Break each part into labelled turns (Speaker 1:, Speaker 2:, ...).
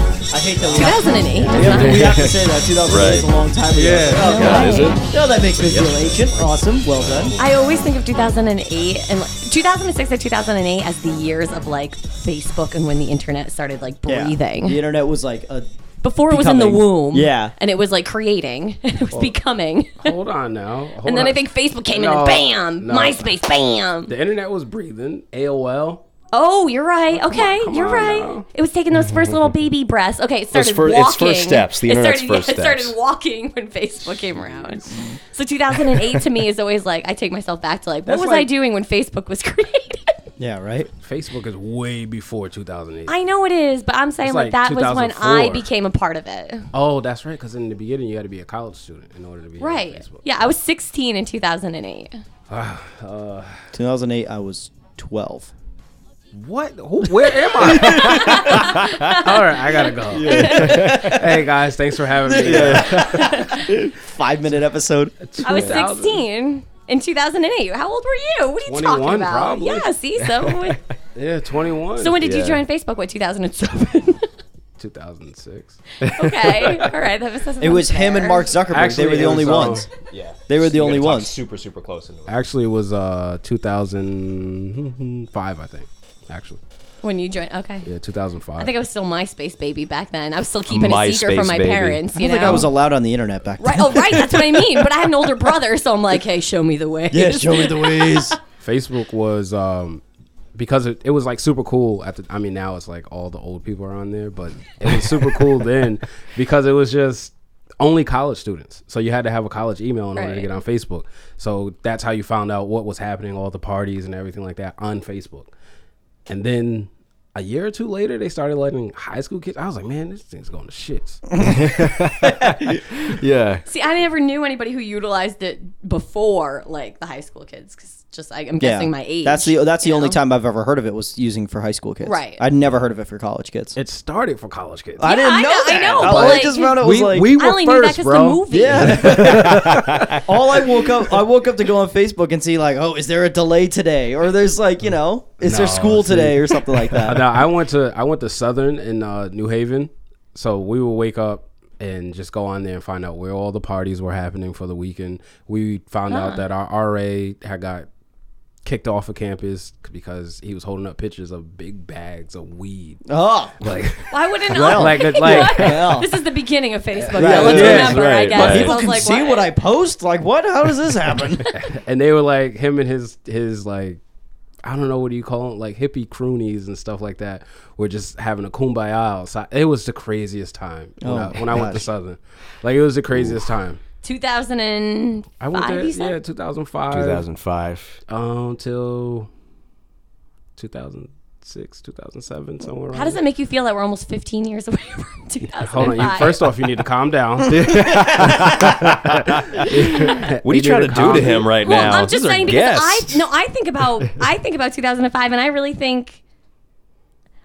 Speaker 1: that we have,
Speaker 2: 2008.
Speaker 1: yeah, we have to say that. 2008 is a
Speaker 3: Right.
Speaker 1: long time ago.
Speaker 4: Yeah.
Speaker 1: It's like, oh,
Speaker 3: Yeah, is it?
Speaker 1: No, that makes me feel ancient. Awesome. Well done.
Speaker 2: I always think of 2008 and like, 2006 and 2008 as the years of like Facebook and when the internet started like
Speaker 1: Yeah.
Speaker 2: breathing.
Speaker 1: The internet was like a.
Speaker 2: Before it was in the
Speaker 1: Becoming.
Speaker 2: womb.
Speaker 1: Yeah.
Speaker 2: And it was like creating. It was becoming.
Speaker 5: Hold on now. Hold
Speaker 2: and then
Speaker 5: on.
Speaker 2: I think Facebook came in
Speaker 5: No,
Speaker 2: and bam,
Speaker 5: no.
Speaker 2: MySpace, bam.
Speaker 5: the internet was breathing. AOL.
Speaker 2: Oh, you're right. Okay,
Speaker 5: come
Speaker 2: you're
Speaker 5: on
Speaker 2: right.
Speaker 5: now.
Speaker 2: It was taking those first little baby breaths. Okay, it started
Speaker 3: fir- it's
Speaker 2: walking.
Speaker 3: first steps. The
Speaker 2: It
Speaker 3: internet's
Speaker 2: started, yeah,
Speaker 3: first
Speaker 2: It started
Speaker 3: steps. Mm-hmm.
Speaker 2: walking when Facebook came around. So 2008 to me is always like I take myself back to like what
Speaker 1: That's
Speaker 2: was I
Speaker 1: like-
Speaker 2: doing when Facebook was created?
Speaker 1: Yeah, right?
Speaker 5: Facebook is way before 2008.
Speaker 2: I know it is, but I'm saying
Speaker 5: It's
Speaker 2: like,
Speaker 5: like
Speaker 2: that was when I
Speaker 5: 2004.
Speaker 2: became a part of it.
Speaker 5: oh, that's right. Because in the beginning, you had to be a college student in order to be on
Speaker 2: Right.
Speaker 5: Facebook.
Speaker 2: Yeah, I was 16 in 2008.
Speaker 1: 2008, I was 12.
Speaker 5: What? Who, where am I? All right, I gotta go. hey guys, thanks for having me.
Speaker 1: Five minute episode.
Speaker 2: I was
Speaker 5: 2000.
Speaker 2: 16 in 2008. How old were you? What are you talking
Speaker 5: 21
Speaker 2: about?
Speaker 5: probably.
Speaker 2: Yeah, see, so
Speaker 5: Yeah, 21.
Speaker 2: so when did you
Speaker 3: Yeah.
Speaker 2: join Facebook? What 2007?
Speaker 5: 2006.
Speaker 2: okay, all right, that was
Speaker 1: It was him and Mark Zuckerberg.
Speaker 5: Actually,
Speaker 1: they were the
Speaker 5: it
Speaker 1: only
Speaker 5: was, um,
Speaker 1: ones.
Speaker 3: Yeah.
Speaker 1: They were the
Speaker 3: You
Speaker 1: only
Speaker 3: gotta talk
Speaker 1: ones.
Speaker 3: Super, super close. Into it.
Speaker 5: Actually, it was uh 2005, I think. Actually,
Speaker 2: When you joined, okay.
Speaker 5: yeah, 2005.
Speaker 2: I think I was still MySpace baby back then. I was still keeping a secret
Speaker 3: MySpace
Speaker 2: from my
Speaker 3: baby.
Speaker 2: parents. You
Speaker 1: I don't think
Speaker 2: know?
Speaker 1: I was allowed on the internet back then.
Speaker 2: right. Oh, right. That's what I mean. But I had an older brother, so I'm like, hey, show me the way.
Speaker 1: Yeah, show me the ways.
Speaker 5: Facebook was um because it, it was like super cool at the I mean now it's like all the old people are on there, but it was super cool then because it was just only college students. So you had to have a college email in order to
Speaker 2: Right.
Speaker 5: get on Facebook. So that's how you found out what was happening, all the parties and everything like that on Facebook. And then a year or two later, they started letting high school kids. I was like, man, this thing's going to shits.
Speaker 3: Yeah.
Speaker 2: See, I never knew anybody who utilized it before, like the high school kids, because just I, I'm
Speaker 1: Yeah.
Speaker 2: guessing my age.
Speaker 1: That's the that's the
Speaker 2: you
Speaker 1: only
Speaker 2: know?
Speaker 1: time I've ever heard of it was using for high school kids.
Speaker 2: Right.
Speaker 1: I'd never heard of it for college kids.
Speaker 5: It started for college kids.
Speaker 1: I didn't
Speaker 2: I
Speaker 1: know.
Speaker 2: know- I
Speaker 1: that.
Speaker 2: know, but
Speaker 1: all
Speaker 2: like-
Speaker 1: I just found out was
Speaker 5: we,
Speaker 1: like
Speaker 5: we were
Speaker 2: I only knew that
Speaker 5: first,
Speaker 2: because the
Speaker 5: bro.
Speaker 2: movie.
Speaker 1: Yeah. all I woke up I woke up to go on Facebook and see like, oh, is there a delay today? Or there's like, you know, is there
Speaker 5: No,
Speaker 1: school
Speaker 5: see.
Speaker 1: today or something like
Speaker 5: Uh,
Speaker 1: that?
Speaker 5: now I went to I went to Southern in uh, New Haven, so we would wake up and just go on there and find out where all the parties were happening for the weekend. We found
Speaker 1: Ah.
Speaker 5: out that our RA had got kicked off of campus because he was holding up pictures of big bags of weed.
Speaker 1: Oh,
Speaker 5: Like,
Speaker 2: Why wouldn't I?
Speaker 5: like, it's like
Speaker 1: well.
Speaker 2: this is the beginning of Facebook.
Speaker 1: Right.
Speaker 2: though. Let's
Speaker 5: Yes,
Speaker 2: remember, I
Speaker 3: right,
Speaker 2: guess.
Speaker 3: right.
Speaker 2: I
Speaker 1: People
Speaker 2: was
Speaker 1: can
Speaker 2: like,
Speaker 1: see what I post? Like what? How does this happen?
Speaker 5: and they were like him and his his like I don't know what do you call them like hippie croonies and stuff like that. Were just having a kumbaya outside. It was the craziest time when,
Speaker 1: Oh
Speaker 5: I,
Speaker 1: my
Speaker 5: when I went to
Speaker 1: gosh.
Speaker 5: Southern. Like it was the craziest time.
Speaker 2: 2000 and
Speaker 5: I went
Speaker 2: Five,
Speaker 5: there
Speaker 2: you said?
Speaker 5: yeah 2005
Speaker 3: 2005.
Speaker 5: um till 2006 2007 somewhere. around
Speaker 2: how does
Speaker 5: there.
Speaker 2: it make you feel that we're almost 15 years away from 2005?
Speaker 5: Hold on. You, first off, you need to calm down.
Speaker 3: What are you trying to do to
Speaker 5: comment.
Speaker 3: him right
Speaker 2: well,
Speaker 3: now?
Speaker 2: I'm
Speaker 3: This
Speaker 2: just
Speaker 3: is our
Speaker 2: saying because
Speaker 3: guest.
Speaker 2: I no, I think about I think about 2005, and I really think.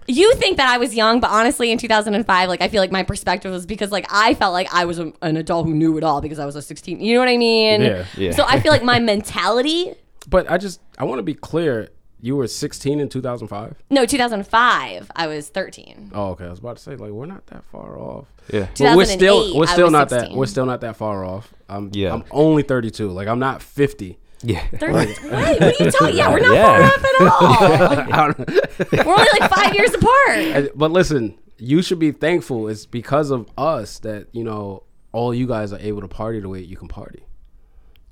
Speaker 2: You think that I was young, but honestly, in 2005, like I feel like my perspective was because like I felt like I was a, an adult who knew it all because I was a 16. You know what I mean?
Speaker 5: Yeah,
Speaker 3: yeah.
Speaker 2: So I feel like my mentality.
Speaker 5: But I just I want to be clear. You were 16 in 2005.
Speaker 2: No, 2005, I was 13.
Speaker 5: Oh, okay. I was about to say like we're not that far off.
Speaker 3: Yeah.
Speaker 5: But we're still
Speaker 2: 2008,
Speaker 5: we're
Speaker 2: I
Speaker 5: still
Speaker 2: was
Speaker 5: not
Speaker 2: 16.
Speaker 5: that we're still not that far off. I'm
Speaker 3: Yeah.
Speaker 5: I'm only 32. Like I'm not 50.
Speaker 3: Yeah.
Speaker 2: 30, what? What are you talking? Yeah, we're not
Speaker 3: Yeah.
Speaker 2: far off at all.
Speaker 5: I don't know.
Speaker 2: We're only like five years apart.
Speaker 5: And- but listen, you should be thankful. It's because of us that you know all you guys are able to party the way you can party.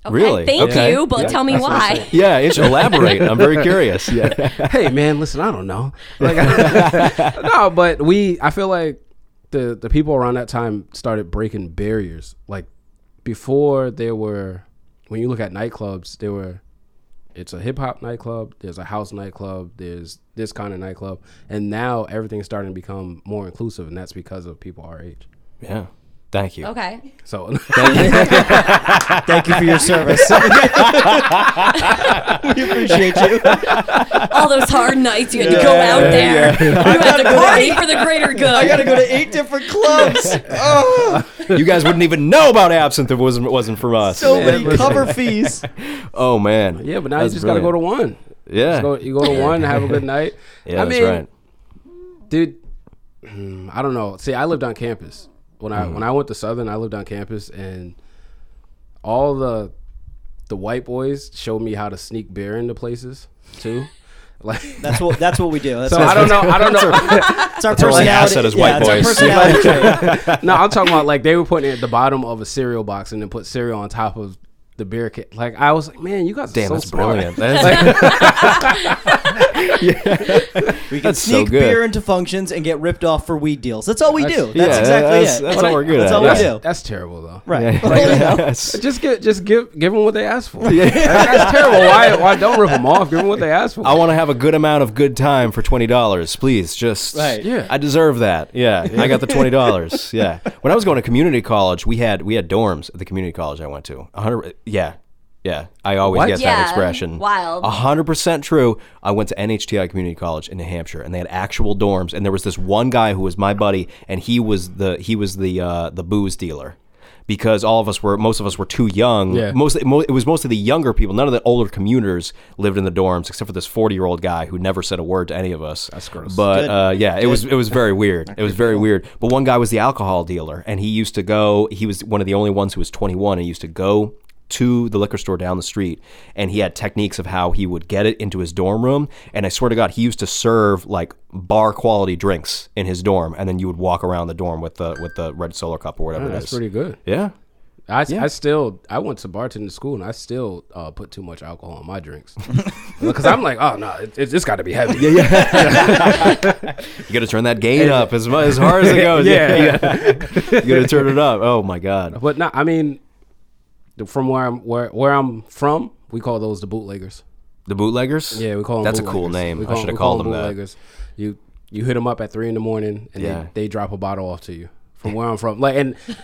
Speaker 2: Okay,
Speaker 3: Really?
Speaker 2: Thank
Speaker 3: Okay.
Speaker 2: you, but tell me why.
Speaker 3: Yeah, it's elaborate. I'm very curious. Yeah.
Speaker 5: hey man, listen, I don't know. Like, no, but we, I feel like the the people around that time started breaking barriers. Like before, there were when you look at nightclubs, there were it's a hip hop nightclub, there's a house nightclub, there's this kind of nightclub, and now everything's starting to become more inclusive, and that's because of people our age.
Speaker 3: Yeah. Thank you.
Speaker 2: Okay.
Speaker 5: So
Speaker 1: Thank you for your service. we appreciate you.
Speaker 2: all those hard nights. You had to go out there. You had to party for the greater good.
Speaker 1: I gotta go to eight different clubs. Oh,
Speaker 3: You guys wouldn't even know about absinthe if it wasn't, wasn't for us.
Speaker 1: so many cover fees.
Speaker 3: oh man.
Speaker 5: yeah, but now you
Speaker 3: That's
Speaker 5: just gotta go to
Speaker 3: brilliant.
Speaker 5: one.
Speaker 3: Yeah.
Speaker 5: Just go, you go to one, have a good night.
Speaker 3: yeah,
Speaker 5: I
Speaker 3: that's
Speaker 5: mean,
Speaker 3: right.
Speaker 5: dude mm, I don't know. See, I lived on campus when I
Speaker 3: Mm-hmm.
Speaker 5: when I went to Southern. I lived on campus, and all the the white boys showed me how to sneak beer into places too. Like,
Speaker 1: That's what that's what we do. That's
Speaker 5: so
Speaker 1: what-
Speaker 5: I don't know. I don't know.
Speaker 1: It's our
Speaker 3: only
Speaker 1: personality.
Speaker 3: asset is white
Speaker 1: yeah,
Speaker 3: boys.
Speaker 1: It's our personality trait.
Speaker 5: no, I'm talking about like they were putting it at the bottom of a cereal box and then put cereal on top of the beer can. Like I was like, man, you guys are
Speaker 3: Damn,
Speaker 5: so
Speaker 3: that's
Speaker 5: smart.
Speaker 3: brilliant. That's,
Speaker 1: We can
Speaker 3: That's so
Speaker 1: sneak
Speaker 3: good.
Speaker 1: beer into functions and get ripped off for weed deals. That's all we do. That's
Speaker 3: yeah,
Speaker 1: exactly
Speaker 3: that's-
Speaker 1: it.
Speaker 3: that's all we're good
Speaker 1: That's
Speaker 3: at.
Speaker 1: all
Speaker 3: Yeah.
Speaker 1: we do.
Speaker 5: That's terrible though.
Speaker 1: Right.
Speaker 3: Yeah.
Speaker 1: Well, you know,
Speaker 5: Just give, just give, give them what they asked for. That's terrible. Why, why don't rip them off? Give them what they asked for.
Speaker 3: I want to have a good amount of good time for twenty dollars, please. Just
Speaker 1: Right.
Speaker 5: Yeah.
Speaker 3: I deserve that. Yeah, I got the twenty dollars. yeah, when I was going to community college, we had we had dorms at the community college I went to. A hundred, yeah, yeah. I always
Speaker 5: What?
Speaker 3: get
Speaker 2: Yeah,
Speaker 3: that expression.
Speaker 2: wild.
Speaker 3: A hundred percent true. I went to NHTI Community College in New Hampshire, and they had actual dorms. And there was this one guy who was my buddy, and he was the he was the uh, the booze dealer. Because all of us were, most of us were too young.
Speaker 5: Yeah.
Speaker 3: Most mostly- mo- it was mostly the younger people. None of the older commuters lived in the dorms, except for this forty-year-old guy who never said a word to any of us. That's gross. But uh, yeah, it was it was very weird. It was very weird. But one guy was the alcohol dealer, and he used to go. He was one of the only ones who was twenty-one, and he used to go to the liquor store down the street and he had techniques of how he would get it into his dorm room and I swear to god he used to serve like bar quality drinks in his dorm and then you would walk around the dorm with the with the red solo cup or whatever it
Speaker 5: That's
Speaker 3: is
Speaker 5: pretty good.
Speaker 3: yeah
Speaker 5: I, I still I went to bartending school and I still uh, put too much alcohol in my drinks because I'm like oh no it, it's, it's got to be heavy yeah yeah
Speaker 3: You gotta turn that gain up as mu- as hard as it goes.
Speaker 5: Yeah.
Speaker 3: you gotta turn it up. Oh my god.
Speaker 5: but no I mean the- from where I'm where where I'm from we call those the bootleggers
Speaker 3: The bootleggers.
Speaker 5: yeah we call them
Speaker 3: That's a cool
Speaker 5: bootleggers. We
Speaker 3: name. I
Speaker 5: call-
Speaker 3: should
Speaker 5: we
Speaker 3: have
Speaker 5: call
Speaker 3: called them that.
Speaker 5: bootleggers. you you hit them up at three in the morning and
Speaker 3: Yeah.
Speaker 5: they, they drop a bottle off to you from where I'm from like and
Speaker 2: Did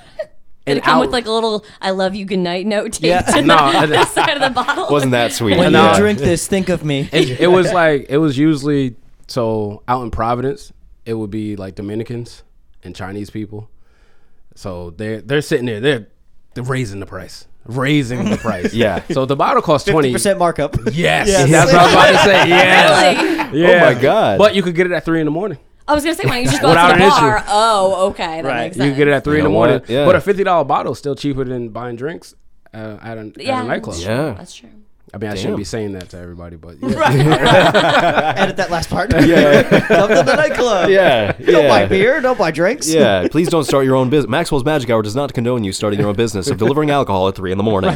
Speaker 5: and
Speaker 2: it come
Speaker 5: out-
Speaker 2: with like a little "I love you, good night" note taped
Speaker 1: Yeah.
Speaker 2: to
Speaker 5: No, I
Speaker 2: the,
Speaker 5: didn't-
Speaker 2: side of the bottle?
Speaker 3: Wasn't that sweet?
Speaker 1: when
Speaker 5: Yeah.
Speaker 1: you drink this, think of me.
Speaker 5: it, it was like it was usually so out in Providence, it would be like Dominicans and Chinese people. So they're they're sitting there, they're, they're raising the price, raising the price.
Speaker 3: Yeah.
Speaker 5: So the bottle costs twenty.
Speaker 1: Percent markup.
Speaker 5: Yes,
Speaker 1: Yes.
Speaker 5: that's what I was about to say. Yes.
Speaker 2: Really?
Speaker 5: Yeah.
Speaker 3: Oh my God.
Speaker 5: But you could get it at three in the morning.
Speaker 2: I was gonna say, why don't you just go
Speaker 5: Without
Speaker 2: out to the
Speaker 5: an issue.
Speaker 2: bar? Oh, okay, that
Speaker 1: Right.
Speaker 2: makes
Speaker 5: You
Speaker 2: sense.
Speaker 5: could get it at
Speaker 3: You
Speaker 5: three in the
Speaker 3: know
Speaker 5: morning.
Speaker 3: what? Yeah.
Speaker 5: But a fifty dollar bottle is still cheaper than buying drinks uh, at, an, at
Speaker 2: Yeah.
Speaker 5: a nightclub.
Speaker 3: Yeah.
Speaker 2: That's true.
Speaker 5: I mean, I
Speaker 3: Damn.
Speaker 5: shouldn't be saying that to everybody, but yeah.
Speaker 1: Edit that last part. Yeah. Come to the nightclub.
Speaker 3: Yeah.
Speaker 1: Don't buy
Speaker 3: Yeah.
Speaker 1: beer. Don't buy drinks.
Speaker 3: Yeah. Please don't start your own business. Maxwell's Magic Hour does not condone you starting your own business of delivering alcohol at three in the morning.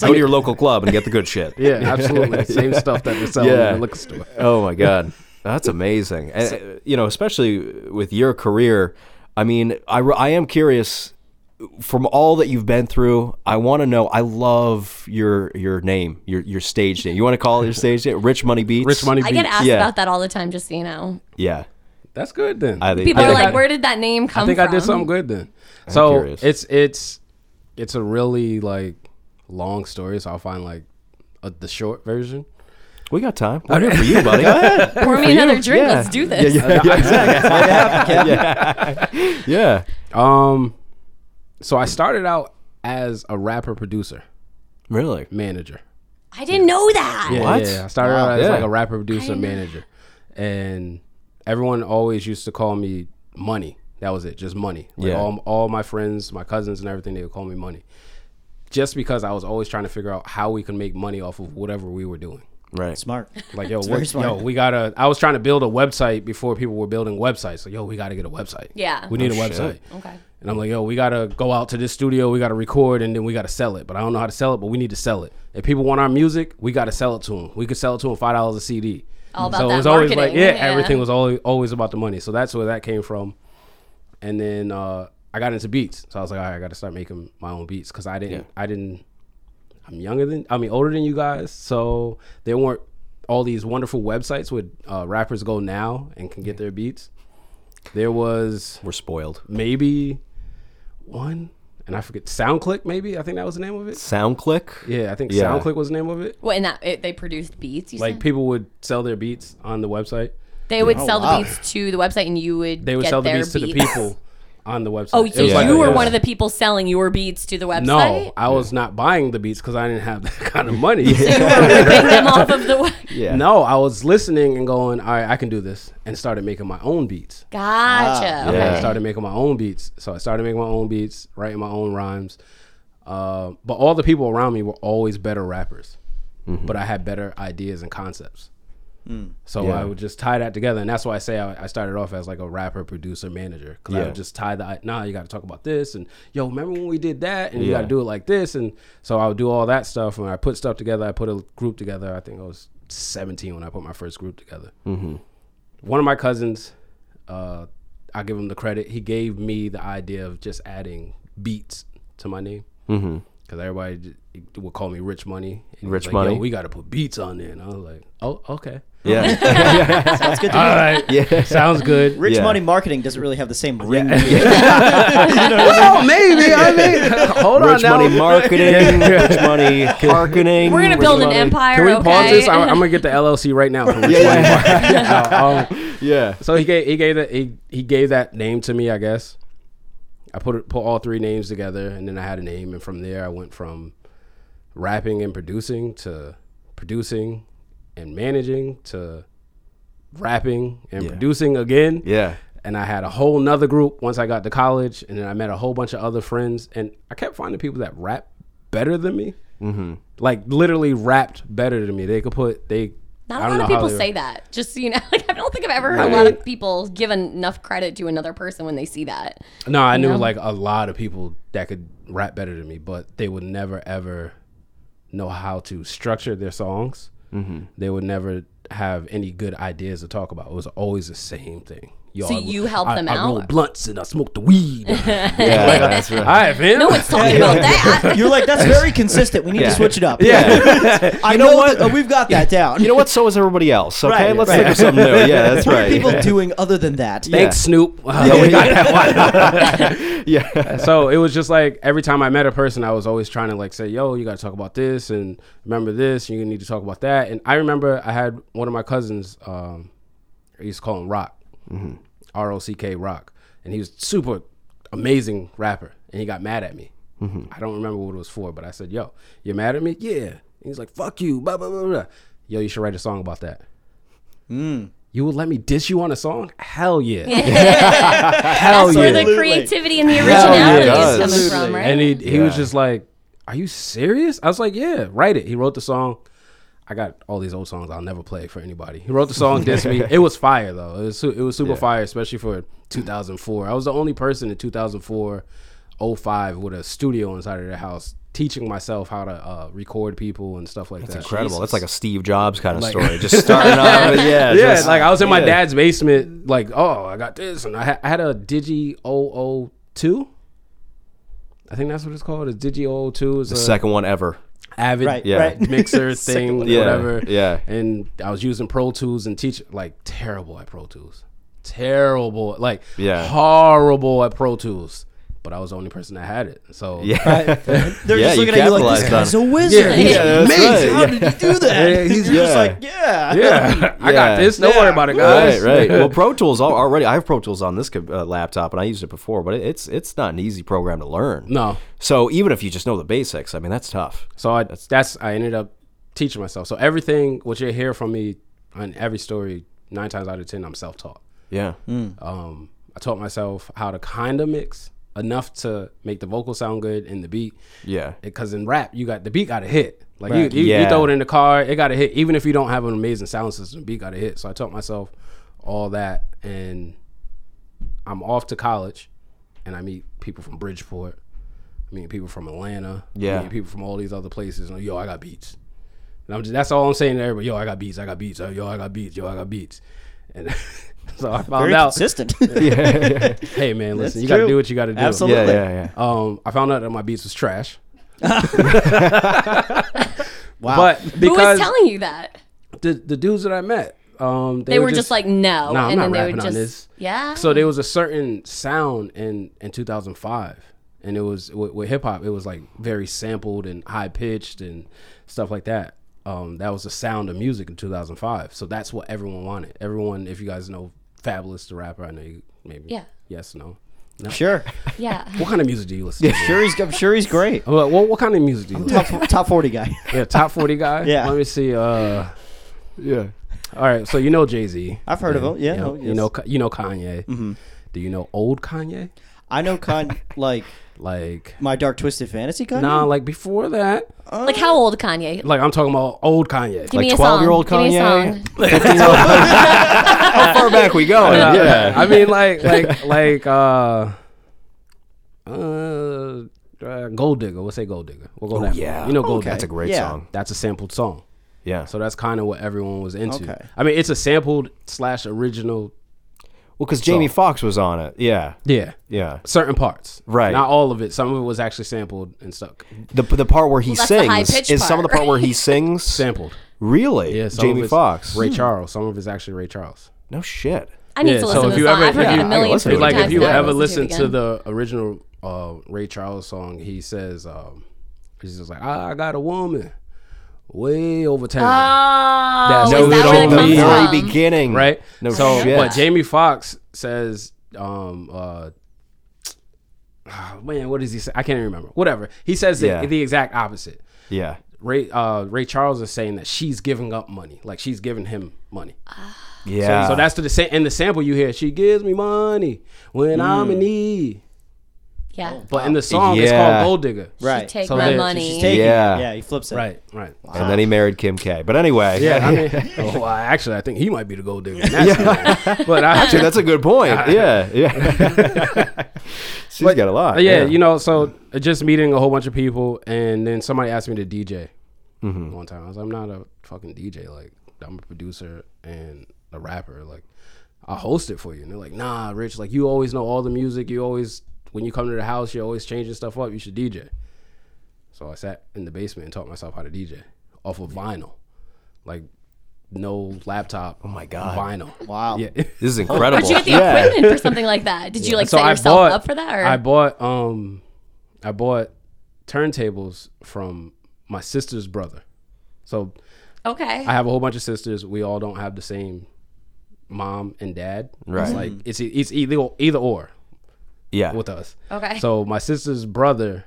Speaker 3: Go to your local club and get the good shit.
Speaker 5: yeah, absolutely. Same stuff that they sell
Speaker 3: Yeah.
Speaker 5: in the liquor store.
Speaker 3: Oh my god, that's amazing. And, uh, you know, especially with your career. I mean, I, re- I am curious from all that you've been through. I want to know. I love your your name, your your stage name. You want to call it your stage name, Rich Money Beats.
Speaker 5: Rich money.
Speaker 2: I get
Speaker 5: Beats.
Speaker 2: asked
Speaker 3: Yeah.
Speaker 2: about that all the time, just so you know.
Speaker 3: Yeah.
Speaker 5: That's good then.
Speaker 3: I think-
Speaker 2: People
Speaker 3: I
Speaker 2: are
Speaker 3: think
Speaker 2: like,
Speaker 3: I-
Speaker 2: where did that name come
Speaker 5: I think
Speaker 2: from?
Speaker 5: I did something good then. so
Speaker 3: curious.
Speaker 5: it's it's it's a really like long story. So I'll find like a, the short version.
Speaker 3: We got time. We're here for you, buddy. Go ahead.
Speaker 2: Pour me another drink. Let's do this.
Speaker 3: Yeah.
Speaker 5: Um, so I started out as a rapper producer
Speaker 3: Really.
Speaker 5: manager.
Speaker 2: I didn't know that.
Speaker 5: Yeah,
Speaker 3: What?
Speaker 5: Yeah, yeah. I started out as
Speaker 3: Yeah.
Speaker 5: like a rapper producer manager, and everyone always used to call me Money. That was it, just Money. Like
Speaker 3: Yeah.
Speaker 5: all all my friends, my cousins, and everything, they would call me Money, just because I was always trying to figure out how we can make money off of whatever we were doing.
Speaker 3: Right.
Speaker 1: Smart.
Speaker 5: Like yo,
Speaker 1: very
Speaker 5: what,
Speaker 1: smart.
Speaker 5: yo, we gotta. I was trying to build a website before people were building websites. So yo, we gotta get a website.
Speaker 2: Yeah.
Speaker 5: we need
Speaker 3: Oh,
Speaker 5: a website.
Speaker 2: Okay.
Speaker 5: And I'm like, yo, we gotta go out to this studio. We gotta record, and then we gotta sell it. But I don't know how to sell it. But we need to sell it. If people want our music, we gotta sell it to them. We could sell it to them five dollars a CD.
Speaker 2: All about
Speaker 5: so
Speaker 2: that
Speaker 5: it was always like,
Speaker 2: marketing,
Speaker 5: yeah,
Speaker 2: yeah.
Speaker 5: everything was always always about the money. So that's where that came from. And then uh, I got into beats. So I was like, all right, I gotta start making my own beats because I didn't, I didn't. I'm younger than I mean older than you guys, so there weren't all these wonderful websites where uh, rappers go now and can get their beats. There was
Speaker 3: We're spoiled.
Speaker 5: maybe one, and I forget SoundClick. Maybe I think that was the name of it.
Speaker 3: SoundClick.
Speaker 5: Yeah, I think
Speaker 3: Yeah.
Speaker 5: SoundClick was the name of it.
Speaker 2: Well, and that it, they produced beats. You
Speaker 5: Like
Speaker 2: said?
Speaker 5: people would sell their beats on the website.
Speaker 2: they would sell the beats to the website, and you would
Speaker 5: They would
Speaker 2: get
Speaker 5: sell the
Speaker 2: their
Speaker 5: beats to the people, on the website.
Speaker 2: Oh,
Speaker 5: It
Speaker 2: so
Speaker 5: was
Speaker 2: you
Speaker 5: like-
Speaker 2: were
Speaker 5: it was-
Speaker 2: one of the people selling your beats to the website?
Speaker 5: No, I was not buying the beats because I didn't have that kind of money.
Speaker 2: ripping them off of the. we-
Speaker 3: Yeah.
Speaker 5: No, I was listening and going, all right, I can do this, and started making my own beats.
Speaker 2: Gotcha.
Speaker 5: And I
Speaker 3: Yeah.
Speaker 2: Okay.
Speaker 5: started making my own beats. So I started making my own beats, writing my own rhymes. Uh, but all the people around me were always better rappers,
Speaker 3: Mm-hmm.
Speaker 5: but I had better ideas and concepts. So I would just tie that together, and that's why I say I, I started off as like a rapper, producer, manager, because I
Speaker 3: Yeah.
Speaker 5: would just tie the nah. You got to talk about this, and yo, remember when we did that, and you got to
Speaker 3: Yeah.
Speaker 5: do it like this, and so I would do all that stuff, and I put stuff together. I put a group together. I think I was 17 when I put my first group together one of my cousins, uh, I give him the credit. He gave me the idea of just adding beats to my name because everybody j- would call me Rich Money. And he was
Speaker 3: Mm-hmm. Rich
Speaker 5: like, "Yo,
Speaker 3: Money.
Speaker 5: we got to put beats on there, and I was like, oh, okay,
Speaker 3: Yeah.
Speaker 1: That's good to
Speaker 5: all
Speaker 1: hear.
Speaker 5: right, sounds good.
Speaker 1: Rich
Speaker 3: Yeah.
Speaker 1: money marketing doesn't really have the same ring.
Speaker 5: well, Oh, maybe I mean, hold on
Speaker 3: Rich
Speaker 5: now.
Speaker 3: money marketing, rich money marketing.
Speaker 2: We're gonna
Speaker 3: rich
Speaker 2: build an
Speaker 3: money-
Speaker 2: empire.
Speaker 5: Can we
Speaker 2: okay?
Speaker 5: pause this? I'm, I'm gonna get the LLC right now. For Rich Money. Uh, um,
Speaker 3: Yeah.
Speaker 5: so he gave he gave that he, he gave that name to me, I guess. I put it- put all three names together, and then I had a name, and from there I went from rapping and producing to producing and managing to rapping and producing again.
Speaker 3: Yeah.
Speaker 5: And I had a whole nother group once I got to college, and then I met a whole bunch of other friends, and I kept finding people that rap better than me. Mm-hmm. Like literally rapped better than me. They could put they.
Speaker 2: Not
Speaker 5: I
Speaker 2: a
Speaker 5: don't
Speaker 2: lot of
Speaker 5: know how
Speaker 2: people
Speaker 5: they-
Speaker 2: say that. Just so you know, like I don't think I've ever heard a lot of people give enough credit to another person when they see that.
Speaker 5: No, I knew like a lot of people that could rap better than me, but they would never ever know how to structure their songs. Mm-hmm. They would never have any good ideas to talk about. It was always the same thing. Yo,
Speaker 2: So
Speaker 5: I-
Speaker 2: you helped
Speaker 5: I-
Speaker 2: them
Speaker 5: I
Speaker 2: out?
Speaker 5: rolled blunts and I smoked the weed. All
Speaker 3: Yeah. That's right.
Speaker 5: right, man.
Speaker 2: No one's talking about that.
Speaker 1: You're like, that's very consistent. We need to
Speaker 3: Yeah.
Speaker 1: switch it up.
Speaker 3: Yeah.
Speaker 1: I know, what we've got that down.
Speaker 3: You know what? So is everybody else. Okay.
Speaker 1: Right.
Speaker 3: Let's
Speaker 1: Right.
Speaker 3: think of something new. Yeah. That's
Speaker 1: what
Speaker 3: right.
Speaker 1: are people doing other than that?
Speaker 3: Yeah.
Speaker 5: Thanks, Snoop. Uh, we got that one.
Speaker 3: Yeah.
Speaker 5: so it was just like every time I met a person, I was always trying to like say, "Yo, you got to talk about this, and remember this, and you need to talk about that." And I remember I had one of my cousins. Um, I used to call him Rock, R O C K Rock, and he was super amazing rapper, and he got mad at me. I don't remember what it was for, but I said, "Yo, you're mad at me?" Yeah. And he's like, "Fuck you!" Blah blah blah blah. Yo, you should write a song about that. You would let me diss you on a song? Hell yeah! Hell
Speaker 2: That's
Speaker 5: yeah!
Speaker 2: where the
Speaker 1: Absolutely.
Speaker 2: creativity and the originality
Speaker 3: Yeah,
Speaker 2: is
Speaker 3: it
Speaker 2: coming
Speaker 3: does.
Speaker 2: from, right?
Speaker 5: And he he was just like, "Are you serious?" I was like, "Yeah, write it." He wrote the song. I got all these old songs I'll never play for anybody. He wrote the song dissed me. It was fire though. It was su- it was super fire, especially for 2004. I was the only person in 2004, 05 with a studio inside of their house teaching myself how to uh, record people and stuff like that.
Speaker 3: Incredible. That's like a Steve Jobs kind of story. Just starting off. Yeah.
Speaker 5: Yeah,
Speaker 3: just-
Speaker 5: like I was in my
Speaker 3: yeah.
Speaker 5: dad's basement, like, oh, I got this, and I, ha- I had a Digi 002. I think that's what it's called. It's Digi 002. It's
Speaker 3: The
Speaker 5: a
Speaker 3: second one ever.
Speaker 5: Avid
Speaker 1: Right,
Speaker 3: Yeah.
Speaker 1: right.
Speaker 5: mixer thing,
Speaker 3: Yeah,
Speaker 5: whatever.
Speaker 3: yeah.
Speaker 5: And I was using Pro Tools and teach like terrible at Pro Tools, terrible, like
Speaker 3: Yeah.
Speaker 5: horrible at Pro Tools. But I was the only person that had it, so
Speaker 3: Yeah.
Speaker 1: They're
Speaker 3: Yeah,
Speaker 1: just
Speaker 3: you
Speaker 1: looking at you like, this
Speaker 3: capitalized on
Speaker 1: guy's
Speaker 3: it.
Speaker 1: a wizard.
Speaker 5: Yeah,
Speaker 1: He's
Speaker 5: yeah,
Speaker 3: that's
Speaker 1: amazing.
Speaker 3: right.
Speaker 1: How did you do that?
Speaker 5: Yeah, he's-
Speaker 1: You're just
Speaker 3: yeah.
Speaker 1: like, yeah.
Speaker 5: yeah, I got
Speaker 3: Yeah.
Speaker 5: this. Don't worry about it,
Speaker 3: Right,
Speaker 5: guys.
Speaker 3: right. Well, Pro Tools al- already. I have Pro Tools on this co- uh, laptop, and I used it before, but it- it's it's not an easy program to learn.
Speaker 5: No.
Speaker 3: So even if you just know the basics, I mean that's tough.
Speaker 5: So I, that's, I ended up teaching myself. So everything what you hear from me on every story, nine times out of ten, I'm self taught.
Speaker 3: Yeah.
Speaker 5: Um, I taught myself how to kind of mix enough to make the vocal sound good and the beat.
Speaker 3: Yeah.
Speaker 5: Because in rap, you got the beat got to hit. Like
Speaker 1: Right.
Speaker 5: you, you, you
Speaker 3: Yeah.
Speaker 5: throw it in the car, it got to hit. Even if you don't have an amazing sound system, the beat got to hit. So I taught myself all that, and I'm off to college, and I meet people from Bridgeport, I meet people from Atlanta, I
Speaker 3: Yeah.
Speaker 5: meet people from all these other places. And yo, I got beats. And I'm just, that's all I'm saying to everybody. Yo, I got beats. I got beats. Yo, I got beats. Yo, I got beats. And so I found
Speaker 1: Very
Speaker 5: out.
Speaker 1: consistent.
Speaker 5: Hey man, listen,
Speaker 1: That's
Speaker 5: you got to
Speaker 1: true.
Speaker 5: do what you got to do.
Speaker 1: Absolutely.
Speaker 3: Yeah. Yeah. Yeah.
Speaker 5: Um, I found out that my beats was trash,
Speaker 1: wow.
Speaker 5: but
Speaker 2: Who was
Speaker 5: because
Speaker 2: telling you that?
Speaker 5: the the dudes that I met, um,
Speaker 2: They, were just, like, no,
Speaker 5: Nah, I'm
Speaker 2: and
Speaker 5: not
Speaker 2: then they
Speaker 5: rapping
Speaker 2: would
Speaker 5: on
Speaker 2: just,
Speaker 5: this.
Speaker 2: yeah.
Speaker 5: So there was a certain sound in in 2005, and it was with, with hip hop. It was like very sampled and high pitched and stuff like that. Um, that was the sound of music in 2005. So that's what everyone wanted. Everyone, if you guys know Fabulous the rapper, I know you maybe
Speaker 2: Yeah.
Speaker 5: yes no.
Speaker 1: Sure.
Speaker 2: Yeah.
Speaker 5: What kind of music do you listen to?
Speaker 1: Sure he's, I'm sure he's great.
Speaker 5: Well, what, what kind of music do you listen to?
Speaker 1: Top, top 40 guy.
Speaker 5: Yeah, top 40 guy?
Speaker 1: Yeah.
Speaker 5: Let me see. Uh,
Speaker 3: Yeah.
Speaker 5: all right, so you know Jay Z.
Speaker 1: I've heard of him. Yeah.
Speaker 5: You
Speaker 1: no,
Speaker 5: know, you
Speaker 1: yes. Mm-hmm.
Speaker 5: know, Ka- you know Kanye. Do you know old Kanye?
Speaker 1: I know kind like
Speaker 5: Like,
Speaker 1: my dark twisted fantasy kind
Speaker 5: nah, like before that.
Speaker 2: Like how old Kanye? Give
Speaker 5: Like, I'm talking about old Kanye.
Speaker 2: me a
Speaker 3: 12
Speaker 2: song.
Speaker 3: year old
Speaker 2: Give me a
Speaker 3: Kanye.
Speaker 2: song.
Speaker 3: 15 -year-old- How far back we go?
Speaker 5: Uh,
Speaker 3: yeah.
Speaker 5: I mean, like, like, like, uh, uh, uh, Gold Digger. We'll say Gold Digger. We'll go that. far.
Speaker 3: yeah.
Speaker 5: You know Gold
Speaker 3: That's a
Speaker 5: Digger.
Speaker 3: great
Speaker 1: Oh, Yeah.
Speaker 3: song.
Speaker 5: That's a sampled song.
Speaker 3: Yeah.
Speaker 5: So that's kind of what everyone was into.
Speaker 1: Okay.
Speaker 5: I mean, it's a sampled slash original.
Speaker 3: well, because Jamie Foxx was on it. Yeah.
Speaker 5: Yeah.
Speaker 3: Yeah.
Speaker 5: Certain parts.
Speaker 3: Right.
Speaker 5: Not all of it. Some of it was actually sampled and stuck.
Speaker 3: The, the part where he
Speaker 2: that's the
Speaker 3: sings
Speaker 2: high-pitched
Speaker 3: is some of the
Speaker 2: part,
Speaker 3: part where he sings.
Speaker 5: Sampled.
Speaker 3: Really?
Speaker 5: Yeah. some of
Speaker 3: Jamie
Speaker 5: it's
Speaker 3: Foxx.
Speaker 5: Ray Charles. Some of it's actually Ray Charles.
Speaker 3: No shit.
Speaker 2: I need
Speaker 5: Yeah,
Speaker 2: to
Speaker 5: so
Speaker 2: listen to
Speaker 5: if
Speaker 2: the
Speaker 5: you
Speaker 2: song.
Speaker 5: ever-
Speaker 2: I've heard
Speaker 5: if
Speaker 2: it
Speaker 5: you-
Speaker 2: a million
Speaker 3: I listen to
Speaker 2: times.
Speaker 3: it.
Speaker 5: like if you
Speaker 2: now. I
Speaker 5: ever
Speaker 2: listen
Speaker 5: listen to
Speaker 2: it again.
Speaker 5: the original uh, Ray Charles song, he says, um, he's just like, I got a woman way over town.
Speaker 2: Oh,
Speaker 5: That's-
Speaker 2: is
Speaker 5: No,
Speaker 2: that where
Speaker 5: it
Speaker 2: it
Speaker 5: don't
Speaker 2: comes
Speaker 5: mean-
Speaker 2: from?
Speaker 3: very beginning.
Speaker 5: right?
Speaker 3: No
Speaker 5: so,
Speaker 3: shit.
Speaker 5: but Jamie Foxx says, um, uh, ah, man, what does he say? I can't even remember. Whatever. He says the-
Speaker 3: Yeah.
Speaker 5: the, exact opposite.
Speaker 3: Yeah.
Speaker 5: Ray, uh, Ray Charles is saying that she's giving up money. Like she's giving him money.
Speaker 3: Yeah.
Speaker 5: So that's the, sa- in the sample you hear, she gives me money when I'm
Speaker 3: Mm.
Speaker 5: in need.
Speaker 2: Yeah.
Speaker 5: But in the song, it's
Speaker 3: Yeah.
Speaker 5: called Gold Digger.
Speaker 1: Right.
Speaker 2: Take
Speaker 5: So
Speaker 2: my
Speaker 5: there-
Speaker 2: money.
Speaker 1: She's taking it.
Speaker 3: Yeah.
Speaker 1: Yeah, he flips it.
Speaker 5: Right, right.
Speaker 3: and then he married Kim K. But anyway,
Speaker 5: Yeah, I mean, oh, well, actually, I think he might be the gold digger. in that scenario. But I,
Speaker 3: Actually, that's a good point. Yeah, yeah. She's got a lot.
Speaker 5: Uh, yeah, you know, so uh, just meeting a whole bunch of people, and then somebody asked me to DJ one time. I was, like, I'm not a fucking DJ. Like, I'm a producer and a rapper. Like, I'll host it for you. And they're like, Nah, Rich. Like, you always know all the music. You always, when you come to the house, you're always changing stuff up. You should DJ. So I sat in the basement and taught myself how to DJ off of vinyl, like no laptop. Oh
Speaker 3: my God.
Speaker 5: vinyl.
Speaker 1: Wow.
Speaker 5: Yeah.
Speaker 3: this is incredible.
Speaker 2: Did you get the
Speaker 3: yeah.
Speaker 2: equipment for something like that? Did you like set yourself up for that? Or
Speaker 5: I bought um I bought turntables from my sister's brother. So
Speaker 2: okay.
Speaker 5: I have a whole bunch of sisters. We all don't have the same mom and dad.
Speaker 3: Right.
Speaker 5: It's like
Speaker 2: Mm-hmm.
Speaker 5: it's e, it's either either or
Speaker 3: Yeah,
Speaker 5: with us.
Speaker 2: Okay.
Speaker 5: So my sister's brother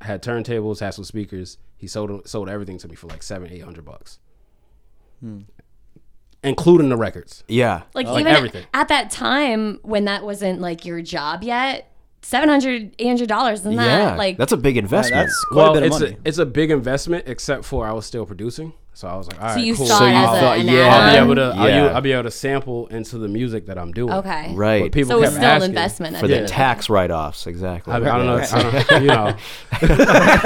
Speaker 5: had turntables, had some speakers. He sold sold everything to me for like seven, eight hundred bucks.
Speaker 1: Hmm.
Speaker 5: Including the records.
Speaker 3: yeah.
Speaker 2: like
Speaker 5: like
Speaker 2: even
Speaker 5: everything.
Speaker 2: at that time when that wasn't like your job yet, seven hundred, eight hundred dollars in that
Speaker 3: yeah.
Speaker 2: like
Speaker 3: that's a big investment.
Speaker 1: That's quite a bit of
Speaker 5: it's
Speaker 1: money.
Speaker 5: A, it's a big investment, except for I was still producing, so I was like, all right,
Speaker 2: you
Speaker 5: cool.
Speaker 2: saw So it you as a-
Speaker 3: thought-
Speaker 2: an
Speaker 3: Uh, yeah.
Speaker 5: I'll be
Speaker 2: add-on?
Speaker 5: able to, I'll,
Speaker 3: Yeah.
Speaker 5: u- I'll be able to sample into the music that I'm doing.
Speaker 2: okay.
Speaker 3: right.
Speaker 5: But people
Speaker 2: So it was
Speaker 5: kept
Speaker 2: still an
Speaker 5: asking-
Speaker 2: investment at
Speaker 3: for
Speaker 2: the
Speaker 3: the
Speaker 2: end.
Speaker 3: tax write-offs, exactly.
Speaker 5: I, I don't know. I don't- you know,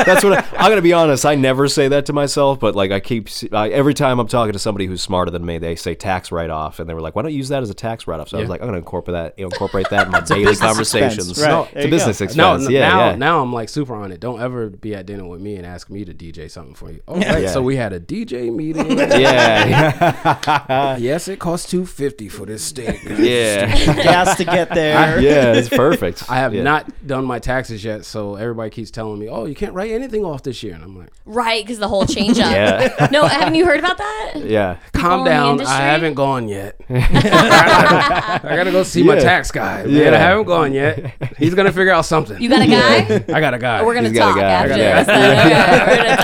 Speaker 3: That's what I, I'm gonna be honest. I never say that to myself, but like I keep s I every time I'm talking to somebody who's smarter than me, they say tax write-off, and they were like, "Why don't you use that as a tax write-off?" So I was
Speaker 5: Yeah.
Speaker 3: like, "I'm gonna incorporate that, incorporate that in my daily conversations."
Speaker 1: right.
Speaker 3: No,
Speaker 1: There
Speaker 3: it's a
Speaker 1: you
Speaker 3: business
Speaker 1: go.
Speaker 5: no,
Speaker 3: expense.
Speaker 5: n-
Speaker 3: yeah,
Speaker 5: now,
Speaker 3: yeah.
Speaker 5: now I'm like super on it. Don't ever be at dinner with me and ask me to DJ something for you. All right,
Speaker 3: Yeah.
Speaker 5: so we had a DJ meeting.
Speaker 3: yeah, yeah,
Speaker 5: yes, it costs two fifty for this steak.
Speaker 3: yeah,
Speaker 1: Gas to get there.
Speaker 3: yeah. It's perfect.
Speaker 5: I have
Speaker 3: yeah.
Speaker 5: not done my taxes yet, so everybody keeps telling me, "Oh, you can't write anything off this year," and I'm like,
Speaker 2: Right, because the whole change up.
Speaker 3: Yeah.
Speaker 2: No, haven't you heard about that?
Speaker 3: Yeah.
Speaker 5: calm
Speaker 2: in the
Speaker 5: down. I
Speaker 2: industry?
Speaker 5: haven't gone yet. I gotta go see my
Speaker 3: Yeah.
Speaker 5: tax guy. Man,
Speaker 3: Yeah.
Speaker 5: I haven't gone yet. He's gonna figure out something.
Speaker 2: You got a guy?
Speaker 5: I got a guy.
Speaker 2: We're gonna
Speaker 3: He's got a
Speaker 2: talk
Speaker 3: guy.
Speaker 2: after
Speaker 3: Yeah.
Speaker 2: this. then. Okay, we're gonna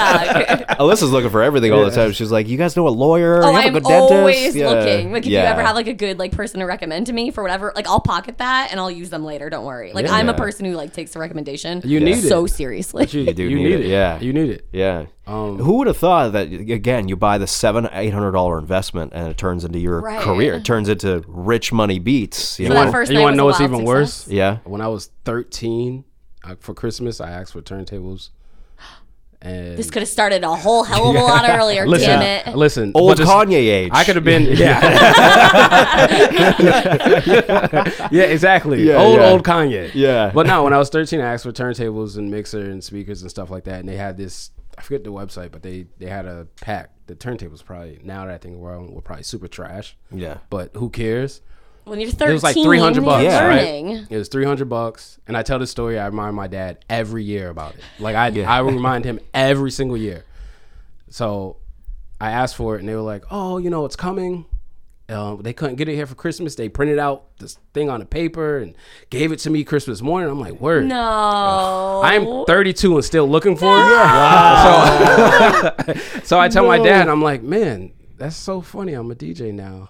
Speaker 2: talk.
Speaker 3: Alyssa's looking for everything all the time. She's like, "You guys know a lawyer?
Speaker 2: Oh,
Speaker 3: you have a
Speaker 2: I'm
Speaker 3: good dentist?"
Speaker 2: always
Speaker 3: Yeah.
Speaker 2: looking. Like, if you
Speaker 3: Yeah.
Speaker 2: ever have like a good like person to recommend to me for whatever, like I'll pocket that and I'll use them later. Don't worry. Like I'm a
Speaker 3: Yeah.
Speaker 2: person who like takes the recommendation.
Speaker 5: You need
Speaker 2: so
Speaker 5: it.
Speaker 2: seriously.
Speaker 5: you
Speaker 3: do need it, yeah.
Speaker 5: you need it.
Speaker 3: yeah,
Speaker 5: Um,
Speaker 3: who would have thought that? Again, you buy the seven, eight hundred dollar investment, and it turns into your
Speaker 2: Right.
Speaker 3: career. It turns into rich money beats. You
Speaker 2: So
Speaker 3: know?
Speaker 2: that first
Speaker 5: you
Speaker 2: night was
Speaker 5: want to
Speaker 2: a
Speaker 5: know what's
Speaker 2: wild
Speaker 5: even
Speaker 2: success.
Speaker 5: worse?
Speaker 3: yeah,
Speaker 5: When I was 13 I, for Christmas, I asked for turntables. And
Speaker 2: This could have started a whole hell of a lot earlier.
Speaker 5: listen, uh,
Speaker 2: Damn it.
Speaker 5: listen,
Speaker 3: old
Speaker 5: but this-
Speaker 3: Kanye age.
Speaker 5: I could have been, yeah, yeah, exactly.
Speaker 3: Yeah,
Speaker 5: old,
Speaker 3: yeah.
Speaker 5: old Kanye.
Speaker 3: Yeah.
Speaker 5: But no, when I was 13, I asked for turntables and mixer and speakers and stuff like that, and they had this. I forget the website, but they they had a pack. The turntables probably now that I think about it, were probably super trash.
Speaker 3: Yeah.
Speaker 5: But who cares?
Speaker 2: When you're
Speaker 5: It
Speaker 2: 13,
Speaker 5: was like 300 bucks,
Speaker 2: you're
Speaker 3: Yeah.
Speaker 2: learning.
Speaker 5: right? It was 300 bucks. And I tell this story, I remind my dad every year about it. Like, I, I will remind him every single year. So I asked for it, and they were like, oh, you know, it's coming. Um, they couldn't get it here for Christmas. They printed out this thing on a paper and gave it to me Christmas morning. I'm like, word.
Speaker 2: No.
Speaker 5: I'm 32 and still looking for it. Wow. So, so I tell my dad, I'm like, man, that's so funny. I'm a DJ now.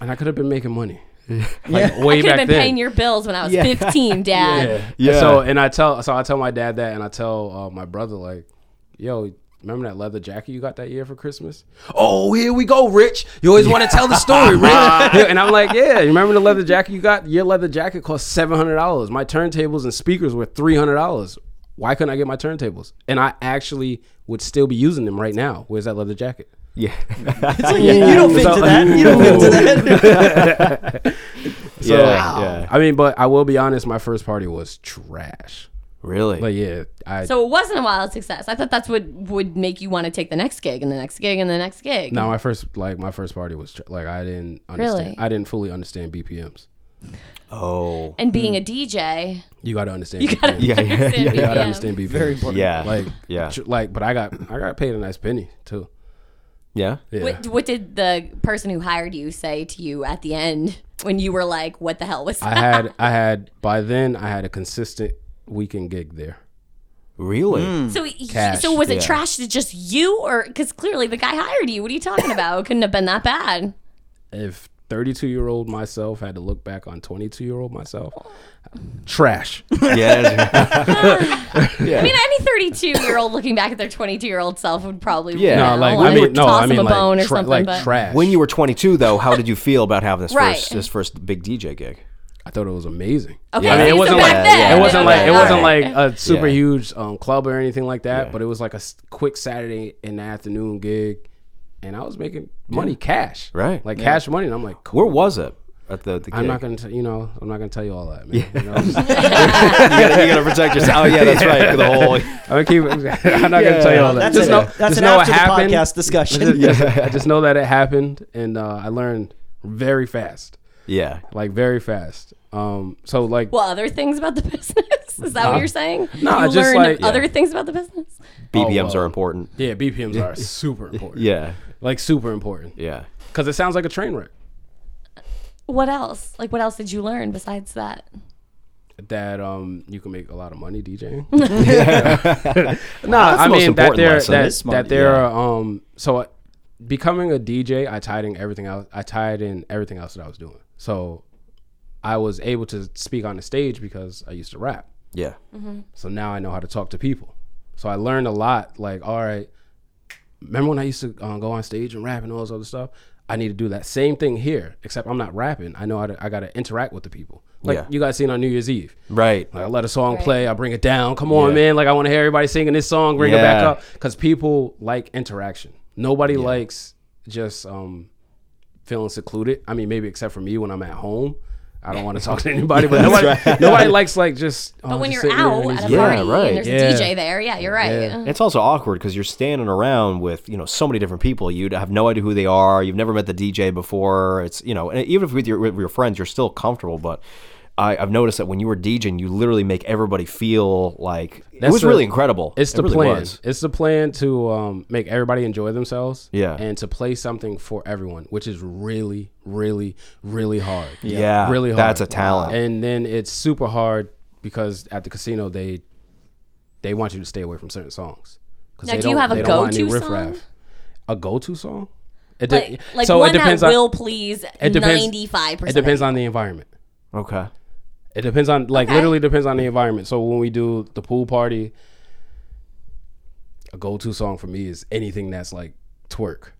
Speaker 5: and I could have been making money. Like,
Speaker 1: Yeah.
Speaker 2: I
Speaker 5: way
Speaker 2: could
Speaker 5: back
Speaker 2: have been
Speaker 5: then.
Speaker 2: paying your bills when I was 15, Dad.
Speaker 3: Yeah.
Speaker 5: And So and I tell so I tell my dad that, and I tell uh, my brother like, "Yo, remember that leather jacket you got that year for Christmas? Oh, here we go, Rich. You always want to tell the story, Rich." and I'm like, "Yeah, you remember the leather jacket you got? Your leather jacket cost seven hundred dollars. My turntables and speakers were three hundred dollars. Why couldn't I get my turntables? And I actually would still be using them right now. Where's that leather jacket?"
Speaker 3: yeah.
Speaker 1: It's like, you, you don't fit into that. You don't fit into that.
Speaker 3: yeah. yeah.
Speaker 5: I mean, but I will be honest. My first party was trash.
Speaker 3: Really?
Speaker 5: But yeah, I
Speaker 2: So it wasn't a wild success. I thought that's what would make you want to take the next gig and the next gig and the next gig.
Speaker 5: No, my first like my first party was tr- like I didn't understand.
Speaker 2: Really?
Speaker 5: I didn't fully understand BPMs.
Speaker 3: oh.
Speaker 2: And being
Speaker 5: Mm.
Speaker 2: a DJ,
Speaker 5: You got to understand.
Speaker 2: you gotta
Speaker 5: BPMs.
Speaker 3: Yeah, yeah,
Speaker 2: understand
Speaker 3: yeah.
Speaker 5: you got to
Speaker 2: BPM.
Speaker 5: understand BPMs.
Speaker 1: Very important.
Speaker 3: Yeah.
Speaker 5: Like
Speaker 3: yeah.
Speaker 5: tr- like, but I got I got paid a nice penny too.
Speaker 3: Yeah.
Speaker 5: Yeah.
Speaker 2: What, what did the person who hired you say to you at the end when you were like, "What the hell was that?"
Speaker 5: I had I had by then I had a consistent weekend gig there.
Speaker 3: Really?
Speaker 2: so, y-
Speaker 5: Cash,
Speaker 2: so was it
Speaker 3: yeah.
Speaker 2: trash to just you, or because clearly the guy hired you? What are you talking about? It couldn't have been that bad.
Speaker 5: If 32 year old myself had to look back on 22 year old myself, trash.
Speaker 3: Yeah. that's-
Speaker 2: I mean, any thirty-two-year-old looking back at their twenty-two-year-old self would probably
Speaker 3: Yeah.
Speaker 5: no,
Speaker 2: know,
Speaker 5: like I mean, no,
Speaker 2: toss
Speaker 5: I mean
Speaker 2: him a
Speaker 5: like,
Speaker 2: bone or
Speaker 5: tra-
Speaker 2: something.
Speaker 5: like
Speaker 2: but
Speaker 5: trash.
Speaker 3: when you were 22, though, how did you feel about having this
Speaker 2: Right.
Speaker 3: first this first big DJ gig?
Speaker 5: I thought it was amazing.
Speaker 2: okay,
Speaker 3: Yeah. I
Speaker 2: so
Speaker 3: mean, it
Speaker 2: so
Speaker 3: wasn't
Speaker 2: back
Speaker 3: like-
Speaker 2: then,
Speaker 3: yeah,
Speaker 5: it wasn't
Speaker 2: okay,
Speaker 5: like it wasn't
Speaker 2: all
Speaker 5: like
Speaker 2: right.
Speaker 5: a super
Speaker 3: Yeah.
Speaker 5: huge um, club or anything like that.
Speaker 3: Yeah.
Speaker 5: But it was like a s- quick Saturday in the afternoon gig, and I was making money cash,
Speaker 3: Right.
Speaker 5: Like cash money, and I'm like, cool.
Speaker 3: Where was it at the, the gig?
Speaker 5: I'm not gonna, t- you know, I'm not gonna tell you all that, man. You know?
Speaker 3: you, gotta, you gotta protect yourself. Oh yeah, that's right. The whole.
Speaker 5: I'm, gonna keep, I'm not gonna tell you all that.
Speaker 1: That's,
Speaker 5: just
Speaker 1: an,
Speaker 5: know,
Speaker 1: that's
Speaker 5: just
Speaker 1: an
Speaker 5: know it
Speaker 1: after the
Speaker 5: happened.
Speaker 1: podcast discussion.
Speaker 5: Just, just know that it happened, and uh, I learned very fast,
Speaker 3: Yeah.
Speaker 5: like very fast. Um, so like,
Speaker 2: Well, other things about the business? Is that
Speaker 5: Huh?
Speaker 2: what you're saying?
Speaker 5: Uh, No,
Speaker 2: you
Speaker 5: just
Speaker 2: learned
Speaker 5: like-
Speaker 2: other
Speaker 3: Yeah.
Speaker 2: things about the business.
Speaker 3: BPMs
Speaker 5: well.
Speaker 3: are important.
Speaker 5: yeah, BPMs are super important.
Speaker 3: Oh, Yeah.
Speaker 5: like super important
Speaker 3: Yeah.
Speaker 5: because it sounds like a train wreck.
Speaker 2: What else? Like, what else did you learn besides that?
Speaker 5: that um you can make a lot of money DJing. no, I
Speaker 3: the most
Speaker 5: mean that
Speaker 3: important
Speaker 5: there
Speaker 3: lesson.
Speaker 5: that,
Speaker 1: It's smart,
Speaker 5: that there are um so I- becoming a DJ, I tied in everything else. I tied in everything else that I was doing. So I was able to speak on the stage because I used to rap.
Speaker 3: Yeah.
Speaker 5: So now I know how to talk to people. So I learned a lot. Like, all right, remember when I used to uh, go on stage and rap and all this other stuff? I need to do that same thing here, except I'm not rapping. I know how to. I got to interact with the people. Like
Speaker 3: Yeah.
Speaker 5: you guys seen on New Year's Eve.
Speaker 3: Right.
Speaker 5: Like I let a song play, I bring it down. Come on,
Speaker 3: Yeah.
Speaker 5: man! Like I want to hear everybody singing this song. Bring it back
Speaker 3: Yeah.
Speaker 5: up because people like interaction. Nobody likes just um, feeling secluded. I mean, maybe except for me when I'm at home. I don't want to talk to anybody, but nobody, nobody likes like Oh, just.
Speaker 2: But when you're out at a
Speaker 3: Yeah,
Speaker 2: party
Speaker 3: right.
Speaker 2: and there's
Speaker 5: Yeah.
Speaker 2: a DJ there, yeah, you're right. Uh,
Speaker 3: It's also awkward because you're standing around with you know so many different people. You have no idea who they are. You've never met the DJ before. It's you know, and even if with your with your friends, you're still comfortable. But I, I've noticed that when you were DJing, you literally make everybody feel like it
Speaker 5: That's
Speaker 3: was
Speaker 5: the-
Speaker 3: really incredible.
Speaker 5: It's
Speaker 3: It
Speaker 5: the
Speaker 3: really
Speaker 5: plan.
Speaker 3: was.
Speaker 5: It's the plan to um, make everybody enjoy themselves.
Speaker 3: Yeah.
Speaker 5: And to play something for everyone, which is really, really, really hard.
Speaker 3: Yeah,
Speaker 5: Really hard.
Speaker 3: that's a talent.
Speaker 5: And then it's super hard because at the casino they they want you to stay away from certain songs. 'Cause
Speaker 2: Now,
Speaker 5: they
Speaker 2: do you
Speaker 5: don't-
Speaker 2: have a
Speaker 5: they don't want any
Speaker 2: go-to
Speaker 5: riffraff.
Speaker 2: song?
Speaker 5: A go-to song? It de-
Speaker 2: Like, like one that
Speaker 5: on-
Speaker 2: will please
Speaker 5: it depends-
Speaker 2: 95%.
Speaker 5: It depends on the environment.
Speaker 3: Okay.
Speaker 5: It depends on like literally depends on the environment. So when we do the pool party, a go-to song for me is anything that's like twerk.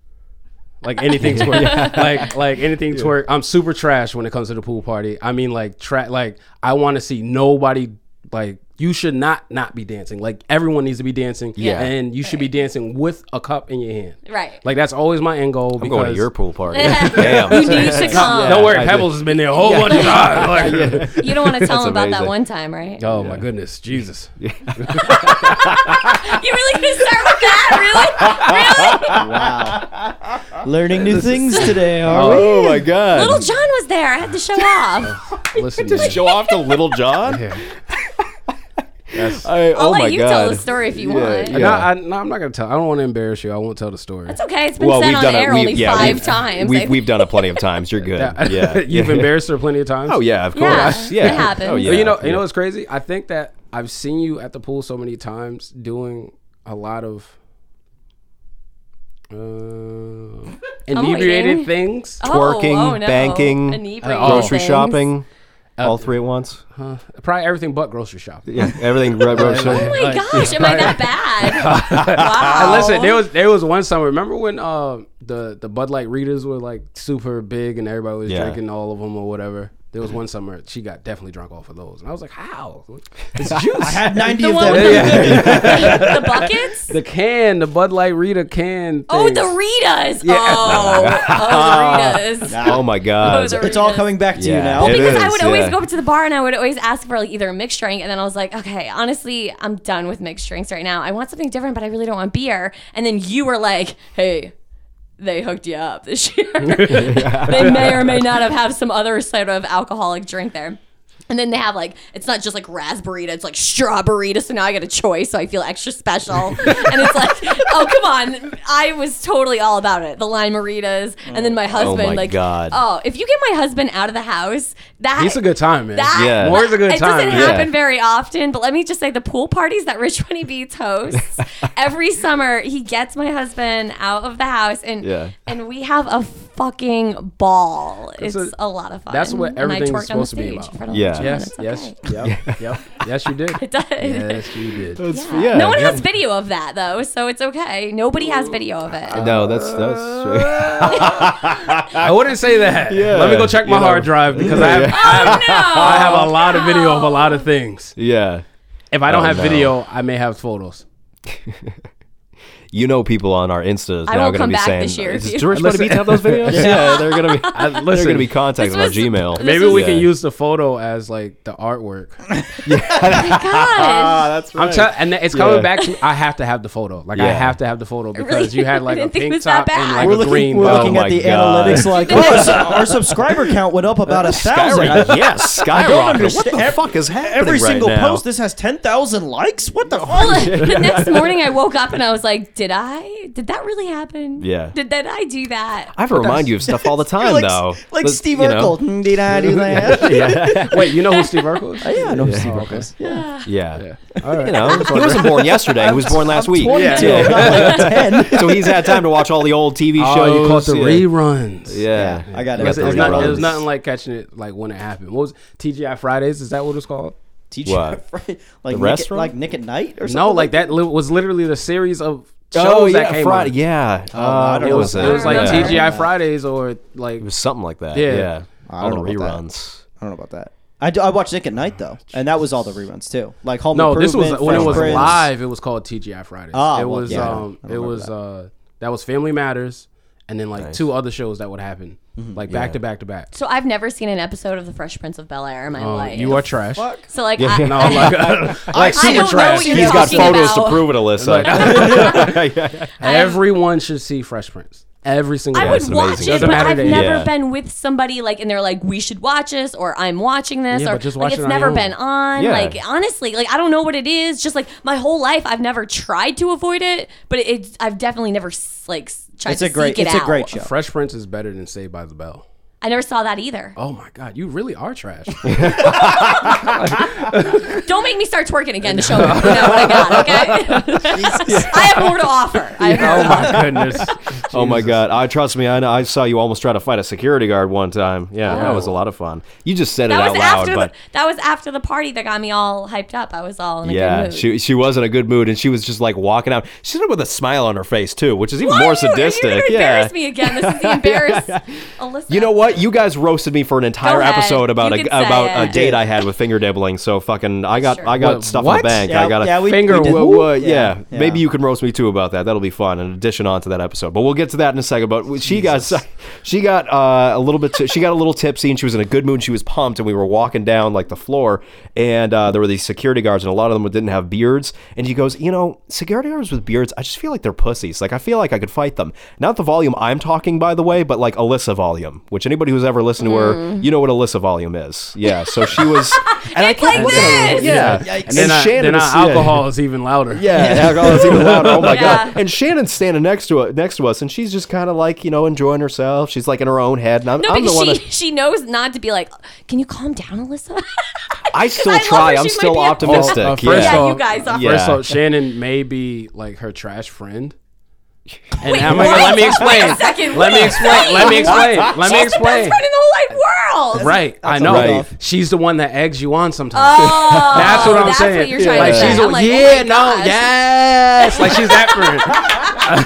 Speaker 5: Like anything twerk. Like like anything twerk. I'm super trash when it comes to the pool party. I mean like tra- like I want to see nobody like you should not not be dancing. Like everyone needs to be dancing.
Speaker 3: Yeah.
Speaker 5: And you should be dancing with a cup in your hand.
Speaker 2: Right.
Speaker 5: Like that's always my end goal.
Speaker 3: I'm going to
Speaker 5: because-
Speaker 3: your pool party. Damn.
Speaker 2: You need to come.
Speaker 5: Don't worry,
Speaker 3: I
Speaker 5: Pebbles has been there a whole bunch of times. Like-
Speaker 2: You don't want to tell
Speaker 3: That's
Speaker 2: him about that
Speaker 3: amazing.
Speaker 2: one time, right?
Speaker 5: Oh my goodness, Jesus.
Speaker 2: You really gonna start with that? Really? Really?
Speaker 1: Learning new things today, are we?
Speaker 3: Oh my god.
Speaker 2: Little John was there. I had to show off.
Speaker 5: Listen, man.
Speaker 3: show off to Little John. I,
Speaker 2: I'll
Speaker 3: oh
Speaker 2: let
Speaker 3: my
Speaker 2: you
Speaker 3: god.
Speaker 2: tell the story if you want.
Speaker 3: yeah.
Speaker 5: No, I, no, I'm not gonna tell. I don't want to embarrass you. I won't tell the story.
Speaker 2: It's okay. It's been said on air
Speaker 3: we've-
Speaker 2: only five
Speaker 3: we've,
Speaker 2: times. I
Speaker 3: We've,
Speaker 2: think.
Speaker 3: we've done it plenty of times. You're good. Yeah. yeah.
Speaker 5: You've embarrassed her plenty of times.
Speaker 3: Oh yeah, of
Speaker 2: Yeah,
Speaker 3: course.
Speaker 2: it
Speaker 3: Yeah.
Speaker 2: happens.
Speaker 3: Oh yeah.
Speaker 5: But you know, you
Speaker 3: yeah.
Speaker 5: know what's crazy? I think that I've seen you at the pool so many times doing a lot of uh, inebriated
Speaker 2: waiting.
Speaker 5: things.
Speaker 2: Oh,
Speaker 3: twerking,
Speaker 2: oh, no.
Speaker 3: banking, uh,
Speaker 2: Inebriated
Speaker 3: grocery
Speaker 2: things.
Speaker 3: shopping, all three at once.
Speaker 5: Probably everything but grocery shopping.
Speaker 3: Yeah, everything. ro- ro-
Speaker 2: Oh
Speaker 3: shopping.
Speaker 2: my gosh, am I that bad? wow.
Speaker 3: Oh.
Speaker 5: And listen, there was there was one summer. Remember when uh, the the Bud Light readers were like super big and everybody was
Speaker 3: Yeah.
Speaker 5: drinking all of them or whatever. There was one summer she got definitely drunk off of those, and I was like, "How? It's
Speaker 1: I
Speaker 5: juice."
Speaker 1: had 90
Speaker 2: the
Speaker 1: of
Speaker 2: one
Speaker 1: them.
Speaker 2: with the, the buckets.
Speaker 5: the can, the Bud Light reader can.
Speaker 2: Oh,
Speaker 5: things.
Speaker 2: the Ritas. Oh, oh, the Ritas.
Speaker 3: Oh my god.
Speaker 2: Those are-
Speaker 1: It's all coming back to you
Speaker 3: Yeah.
Speaker 1: now.
Speaker 3: Well, It
Speaker 2: because I
Speaker 3: is,
Speaker 2: would always
Speaker 3: yeah.
Speaker 2: go up to the bar and I would always ask for like either a mixed drink, and then I was like, okay, honestly, I'm done with mixed drinks right now. I want something different, but I really don't want beer. And then you were like, hey. They hooked you up this year. they may or may not have have some other sort of alcoholic drink there. And then they have like it's not just like raspberry, it's like strawberry. So now I get a choice, so I feel extra special. and it's like, oh come on, I was totally all about it. The limeritas, and then my husband,
Speaker 3: Oh my
Speaker 2: like,
Speaker 3: God.
Speaker 2: oh, if you get my husband out of the house, that
Speaker 5: It's a good time, man.
Speaker 2: that
Speaker 3: Yeah.
Speaker 5: More is a good
Speaker 2: it
Speaker 5: time.
Speaker 2: doesn't
Speaker 5: Yeah.
Speaker 2: happen very often, but let me just say the pool parties that Rich Winnie Beats hosts every summer, he gets my husband out of the house and
Speaker 3: Yeah.
Speaker 2: and we have a fucking ball. It's
Speaker 5: a-
Speaker 2: a, lot of fun.
Speaker 5: that's what
Speaker 2: And I
Speaker 5: everything's
Speaker 2: twerked on the
Speaker 5: supposed to be
Speaker 2: stage
Speaker 5: about.
Speaker 2: in front of
Speaker 3: Yeah.
Speaker 2: Rich, and
Speaker 5: Yes,
Speaker 2: it's
Speaker 5: yes,
Speaker 2: okay.
Speaker 5: yep, yep. Yes, you did.
Speaker 2: It does.
Speaker 5: Yes, you did.
Speaker 2: Yeah.
Speaker 3: yeah.
Speaker 2: No one has video of that though, so it's okay. Nobody has video of it.
Speaker 3: No, that's that's true.
Speaker 5: I wouldn't say that.
Speaker 3: Yeah.
Speaker 5: Let me go check my
Speaker 3: You know.
Speaker 5: hard drive because I have,
Speaker 3: Yeah.
Speaker 5: I, have
Speaker 2: oh no!
Speaker 5: I have a lot of video of a lot of things.
Speaker 3: yeah.
Speaker 5: If I don't
Speaker 3: Oh,
Speaker 5: have
Speaker 3: no.
Speaker 5: video, I may have photos.
Speaker 3: You know, people on our Instas
Speaker 2: I
Speaker 3: now
Speaker 2: will
Speaker 3: going to
Speaker 2: come
Speaker 3: be
Speaker 2: back
Speaker 3: saying,
Speaker 2: this year if
Speaker 3: "Is
Speaker 2: you-
Speaker 3: George going
Speaker 5: Listen-
Speaker 3: to have those videos?" yeah. they're going to be.
Speaker 5: I,
Speaker 3: They're
Speaker 5: listen,
Speaker 3: going to be contacted on our
Speaker 2: was-
Speaker 3: Gmail.
Speaker 2: this
Speaker 5: maybe we
Speaker 3: Yeah.
Speaker 5: can use the photo as like the artwork.
Speaker 2: My God.
Speaker 3: Ah, that's
Speaker 5: I'm tell- and it's coming
Speaker 3: Yeah.
Speaker 5: back to me. I have to have the photo. Like I
Speaker 3: Yeah.
Speaker 5: have to have the photo because
Speaker 2: really-
Speaker 5: you had like
Speaker 2: I
Speaker 5: a
Speaker 2: didn't think it
Speaker 5: pink
Speaker 2: was that
Speaker 5: top and
Speaker 2: bad.
Speaker 5: like
Speaker 1: We're
Speaker 5: a
Speaker 1: looking,
Speaker 5: green.
Speaker 1: we're
Speaker 5: button.
Speaker 1: looking
Speaker 3: Oh
Speaker 1: at the
Speaker 3: my God.
Speaker 1: analytics like, oh, s- our subscriber count went up about a thousand. I-
Speaker 3: Skyrocket. yes, skyrocketed. What the
Speaker 1: understand-
Speaker 3: fuck is happening
Speaker 1: Every
Speaker 3: right
Speaker 1: single
Speaker 3: now?
Speaker 1: post, this has 10,000 likes? What the fuck?
Speaker 2: Well, the next morning I woke up and I was like, did I? Did that really happen?
Speaker 3: Yeah.
Speaker 2: Did, did I do that?
Speaker 3: I have to remind you of stuff all the time,
Speaker 1: like,
Speaker 3: though.
Speaker 1: like
Speaker 3: But,
Speaker 1: Steve
Speaker 3: you know,
Speaker 1: Urkel. Mm, Did I do that?
Speaker 5: Wait, you know who Steve Urkel is?
Speaker 1: yeah, I know Steve Urkel. is. Yeah.
Speaker 3: Yeah.
Speaker 5: All right.
Speaker 3: You know, he wasn't born yesterday. He was born last week.
Speaker 1: 22,
Speaker 3: Yeah.
Speaker 1: not like 10.
Speaker 3: so he's had time to watch all the old TV shows.
Speaker 5: Oh, you caught the
Speaker 3: yeah.
Speaker 5: reruns.
Speaker 3: Yeah.
Speaker 1: Yeah, I got it.
Speaker 3: You
Speaker 1: That's
Speaker 5: It's,
Speaker 3: the
Speaker 5: it's
Speaker 1: the
Speaker 5: not,
Speaker 1: reruns.
Speaker 5: it was
Speaker 3: reruns.
Speaker 5: nothing like catching it like when it happened. What was it? TGI Fridays? Is that what it's called?
Speaker 1: Teach
Speaker 3: What?
Speaker 1: Like, Nick,
Speaker 3: restaurant?
Speaker 1: like Nick at Night or something?
Speaker 5: No, like that li- was literally the series of shows
Speaker 3: Oh,
Speaker 5: that
Speaker 3: yeah,
Speaker 5: came
Speaker 3: Friday.
Speaker 5: on.
Speaker 3: Yeah.
Speaker 1: Oh, I
Speaker 3: Uh,
Speaker 1: don't
Speaker 5: It
Speaker 3: what
Speaker 1: know.
Speaker 5: was,
Speaker 3: that?
Speaker 5: it was like
Speaker 2: Yeah.
Speaker 3: It
Speaker 5: TGI Fridays or like
Speaker 3: was something like that.
Speaker 5: Yeah.
Speaker 3: Yeah.
Speaker 1: I
Speaker 3: All the
Speaker 1: don't know about that.
Speaker 3: reruns.
Speaker 1: I don't know about that. I, do, I watched Nick at Night though, and that was all the reruns too. Like Home
Speaker 5: no, this was
Speaker 1: Improvement,
Speaker 5: when it
Speaker 1: Fresh
Speaker 5: was
Speaker 1: Prince.
Speaker 5: live. It was called TGI Fridays.
Speaker 1: Ah,
Speaker 5: it
Speaker 1: well,
Speaker 5: was
Speaker 1: yeah, I
Speaker 5: um,
Speaker 1: don't
Speaker 5: it
Speaker 1: remember
Speaker 5: was
Speaker 1: that.
Speaker 5: uh, that was Family Matters, and then like two other shows that would happen
Speaker 1: Mm-hmm.
Speaker 5: like back to back to back.
Speaker 2: So I've never seen an episode of The Fresh Prince of Bel Air in my
Speaker 5: Uh,
Speaker 2: life.
Speaker 5: you are trash.
Speaker 1: Fuck.
Speaker 2: So like, I,
Speaker 5: No, like, like
Speaker 2: I don't
Speaker 5: super
Speaker 2: know
Speaker 5: trash.
Speaker 2: what you're
Speaker 3: He's got
Speaker 2: talking
Speaker 3: photos
Speaker 2: about.
Speaker 3: to prove it, Alyssa.
Speaker 5: Everyone should see Fresh Prince. Every single
Speaker 2: I
Speaker 5: one.
Speaker 2: would
Speaker 3: it's
Speaker 2: watch
Speaker 3: amazing.
Speaker 2: it,
Speaker 5: Doesn't
Speaker 2: but
Speaker 5: matter
Speaker 2: I've
Speaker 5: to you.
Speaker 2: never
Speaker 3: Yeah.
Speaker 2: been with somebody like, and they're like, "We should watch this," or "I'm watching this,"
Speaker 5: Yeah,
Speaker 2: or
Speaker 5: but just
Speaker 2: like
Speaker 5: watch
Speaker 2: it's
Speaker 5: it on
Speaker 2: never
Speaker 5: your
Speaker 2: been
Speaker 5: own.
Speaker 2: on.
Speaker 3: Yeah.
Speaker 2: Like honestly, like I don't know what it is. Just like my whole life, I've never tried to avoid it, but it, it's I've definitely never s- like s- tried
Speaker 1: It's
Speaker 2: to
Speaker 1: a great.
Speaker 2: seek it
Speaker 1: It's a
Speaker 2: out.
Speaker 1: great show.
Speaker 5: Fresh Prince is better than Saved by the Bell.
Speaker 2: I never saw that either.
Speaker 5: Oh my God, you really are trash.
Speaker 2: Don't make me start twerking again to show you know what I got. Okay, I have more to offer. I have more
Speaker 5: oh
Speaker 2: to offer.
Speaker 5: my goodness.
Speaker 3: Oh my
Speaker 5: Jesus.
Speaker 3: God! I trust me. I know. I saw you almost try to fight a security guard one time. Yeah, that was a lot of fun. You just said it
Speaker 2: Oh. That
Speaker 3: out
Speaker 2: was
Speaker 3: loud,
Speaker 2: after
Speaker 3: but
Speaker 2: the, that was after the party that got me all hyped up. I was all in a good
Speaker 3: yeah,
Speaker 2: mood.
Speaker 3: she she was in a good mood and she was just like walking out. She did it with a smile on her face too, which is even
Speaker 2: Why are
Speaker 3: more
Speaker 2: you- are you gonna
Speaker 3: sadistic. yeah.
Speaker 2: embarrass me again. This is the embarrassed Alyssa.
Speaker 3: You know what? You guys roasted me for an entire
Speaker 2: ahead.
Speaker 3: episode about
Speaker 2: You
Speaker 3: a
Speaker 2: can say
Speaker 3: about
Speaker 2: it.
Speaker 3: a date I had with finger dabbling. So fucking, I got
Speaker 2: Sure.
Speaker 3: I got
Speaker 5: What-
Speaker 3: stuff in
Speaker 5: what?
Speaker 3: the bank. I got a
Speaker 5: finger
Speaker 1: did-
Speaker 3: Well, well, yeah.
Speaker 1: yeah.
Speaker 3: Maybe you can roast me too about that. That'll be fun. An addition on to that episode, but we'll get to that in a second. But she got she got uh, a little bit she got a little tipsy and she was in a good mood. She was pumped, and we were walking down like the floor, and uh, there were these security guards, and a lot of them didn't have beards. And she goes, you know, security guards with beards, I just feel like they're pussies. Like I feel like I could fight them. Not the volume I'm talking, by the way, but like Alyssa volume, which anybody who's ever listened to her,
Speaker 2: Mm.
Speaker 3: you know what Alyssa volume is. Yeah. So she was. and I
Speaker 2: It's like
Speaker 3: can't-
Speaker 2: this!
Speaker 3: Yeah.
Speaker 1: Yikes.
Speaker 5: And then, I,
Speaker 3: Shannon
Speaker 5: then our
Speaker 3: is- yeah.
Speaker 5: alcohol is even louder.
Speaker 3: Yeah, alcohol is even louder. Oh my
Speaker 2: Yeah.
Speaker 3: god! And Shannon's standing next to us, next to us, and she's just kind of like you know enjoying herself. She's like in her own head, and I'm,
Speaker 2: No,
Speaker 3: I'm the
Speaker 2: because
Speaker 3: one.
Speaker 2: she,
Speaker 3: That,
Speaker 2: she knows not to be like, can you calm down, Alyssa?
Speaker 3: I still
Speaker 2: I love
Speaker 3: try.
Speaker 2: her.
Speaker 3: I'm
Speaker 2: She might
Speaker 3: still
Speaker 2: be a-
Speaker 3: optimistic.
Speaker 5: Oh, uh, first
Speaker 3: yeah.
Speaker 2: yeah,
Speaker 5: off-
Speaker 2: you guys are.
Speaker 3: Yeah.
Speaker 5: First off, Shannon may be like her trash friend. And
Speaker 2: Wait,
Speaker 5: now- wait,
Speaker 2: what?
Speaker 5: let me
Speaker 2: Wait a
Speaker 5: explain.
Speaker 2: second,
Speaker 5: Let me
Speaker 2: wait.
Speaker 5: explain. Let me
Speaker 2: Wait,
Speaker 5: explain. Let me
Speaker 2: She's the best
Speaker 5: explain.
Speaker 2: friend in the whole wide world.
Speaker 5: Right, I
Speaker 1: a
Speaker 5: know.
Speaker 3: write-off.
Speaker 5: She's the one that eggs you on sometimes.
Speaker 2: Oh,
Speaker 5: That's what I'm
Speaker 2: that's
Speaker 5: saying.
Speaker 2: What you're trying
Speaker 5: like
Speaker 2: to
Speaker 5: she's
Speaker 2: say.
Speaker 5: a,
Speaker 2: I'm like, oh
Speaker 5: yeah,
Speaker 2: my
Speaker 5: no,
Speaker 2: gosh. Oh.
Speaker 5: yes, like she's that friend.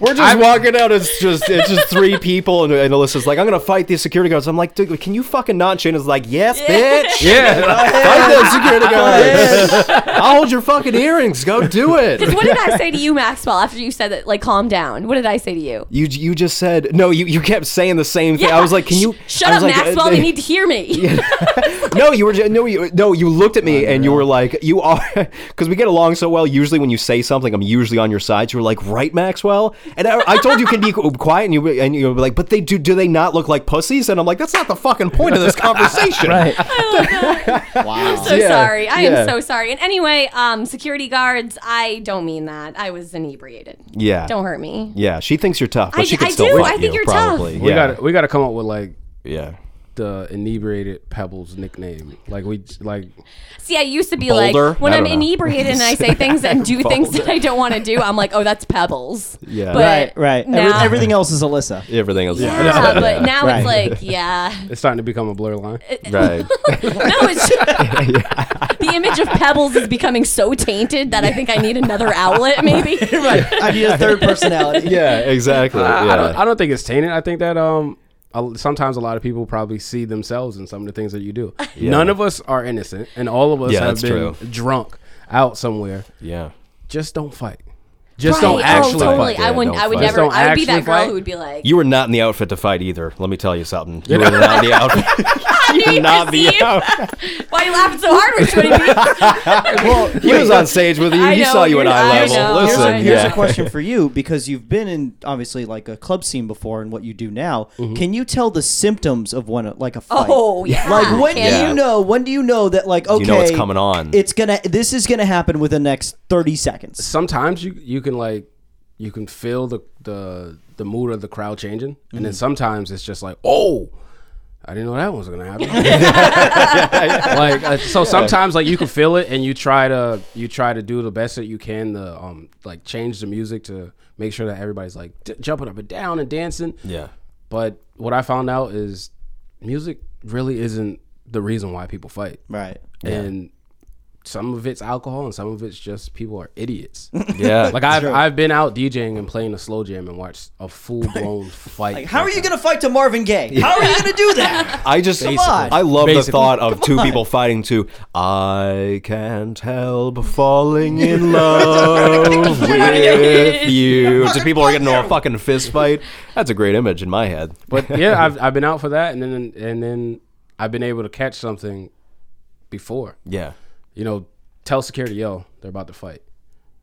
Speaker 3: We're just walking out. It's just it's just three people, and, and Alyssa's like, "I'm gonna fight these security guards." I'm like, "Dude, can you fucking not?" Shannon's like, "Yes, bitch."
Speaker 5: Yeah, like,
Speaker 3: Fight those security guards. I'll hold your fucking earrings. Go do it.
Speaker 2: What did I say to you, Maxwell, after you said that? Like, calm down. What did I say to you?
Speaker 3: You you just said no. You, you kept saying the same thing. I was like, "Can you
Speaker 2: Sh- shut
Speaker 3: I was
Speaker 2: up,
Speaker 3: like, uh,
Speaker 2: Maxwell?
Speaker 3: they-
Speaker 2: They need to hear me.
Speaker 3: no, you were ju- no, you no, you looked at me and you were like, you are because we get along so well. Usually, when you say something, I'm usually on your side. You were like, right, Maxwell, and I, I told you can be quiet, and you were- and you were like, but they do. Do they not look like pussies? And I'm like, that's not the fucking point of this conversation. right.
Speaker 2: I'm so
Speaker 3: Yeah,
Speaker 2: sorry. I
Speaker 3: yeah.
Speaker 2: am so sorry. And anyway, um, security guards, I don't mean that. I was inebriated.
Speaker 3: Yeah.
Speaker 2: Don't hurt me.
Speaker 3: Yeah, she thinks you're tough, but
Speaker 2: I-
Speaker 3: she can
Speaker 2: I
Speaker 3: still
Speaker 2: do.
Speaker 3: fight
Speaker 2: I think
Speaker 3: you,
Speaker 2: you're tough.
Speaker 3: probably.
Speaker 5: we
Speaker 3: yeah.
Speaker 5: got to we got to come up with like
Speaker 3: Yeah.
Speaker 5: the inebriated pebbles nickname. Like we like
Speaker 2: See, I used to be
Speaker 3: Boulder?
Speaker 2: like when
Speaker 3: I
Speaker 2: I'm
Speaker 3: don't know.
Speaker 2: inebriated and I say things and do things that I don't want to do. I'm like, oh, that's pebbles.
Speaker 3: Yeah.
Speaker 2: But
Speaker 1: Right, right. Every-
Speaker 2: Now,
Speaker 1: everything else is Alyssa.
Speaker 3: Everything else.
Speaker 2: Yeah, but now it's
Speaker 1: Right.
Speaker 2: like, yeah.
Speaker 5: it's starting to become a blur line.
Speaker 3: Right.
Speaker 2: No, it's the image of pebbles is becoming so tainted that I think I need another outlet, maybe.
Speaker 1: I need a third personality.
Speaker 3: yeah. Exactly.
Speaker 5: I-
Speaker 3: yeah.
Speaker 5: I, don't, I don't think it's tainted. I think that um, a- sometimes a lot of people probably see themselves in some of the things that you do. None of us are innocent, and all of us
Speaker 3: Yeah,
Speaker 5: have
Speaker 3: that's
Speaker 5: been
Speaker 3: true.
Speaker 5: drunk out somewhere.
Speaker 3: yeah.
Speaker 5: Just don't fight. Just
Speaker 2: Right.
Speaker 5: don't actually
Speaker 2: oh, totally.
Speaker 5: fight.
Speaker 3: Yeah,
Speaker 2: I wouldn't.
Speaker 3: don't
Speaker 2: I would
Speaker 3: fight.
Speaker 2: never.
Speaker 5: Just don't
Speaker 2: I would be
Speaker 5: actually
Speaker 2: that girl
Speaker 5: fight.
Speaker 2: who would be like,
Speaker 3: You were not in the outfit to fight either. Let me tell you something. You were not in the outfit.
Speaker 2: you
Speaker 3: were not in the outfit.
Speaker 2: Why are you laughing so hard, Rich? What do you mean?
Speaker 3: well, he was on stage with you.
Speaker 2: I
Speaker 3: He
Speaker 2: know,
Speaker 3: saw you at
Speaker 2: you're-
Speaker 3: eye
Speaker 2: I
Speaker 3: level.
Speaker 2: know.
Speaker 1: Here's,
Speaker 3: Listen,
Speaker 1: a, here's
Speaker 3: yeah.
Speaker 1: a question for you because you've been in obviously like a club scene before and what you do now.
Speaker 3: Mm-hmm.
Speaker 1: Can you tell the symptoms of when a, like a fight?
Speaker 2: Oh, yeah.
Speaker 1: Like when
Speaker 2: Can
Speaker 1: do
Speaker 3: you?
Speaker 1: you know? When do you know that like okay,
Speaker 3: you know it's coming on.
Speaker 1: It's gonna. This is gonna happen within the next thirty seconds.
Speaker 5: sometimes you you can like you can feel the the the mood of the crowd changing, and then sometimes it's just like oh. I didn't know that was gonna happen. like uh, so, sometimes like you can feel it, and you try to you try to do the best that you can to um like change the music to make sure that everybody's like d- jumping up and down and dancing.
Speaker 3: Yeah.
Speaker 5: But what I found out is music really isn't the reason why people fight
Speaker 1: Right.
Speaker 5: and some of it's alcohol and some of it's just people are idiots.
Speaker 3: Yeah.
Speaker 5: like I've I've been out DJing and playing a slow jam and watched a full blown fight.
Speaker 1: Like, how are you gonna fight to Marvin Gaye? How are you gonna do that?
Speaker 3: I just,
Speaker 1: on.
Speaker 3: I love the
Speaker 5: Basically.
Speaker 3: thought of two people fighting to "I can't help falling in love with you." Just people are getting into a fucking fist fight. That's a great image in my head. But
Speaker 5: yeah, I've I've been out for that and then and then I've been able to catch something before.
Speaker 3: yeah,
Speaker 5: You know, tell security, yo, they're about to fight.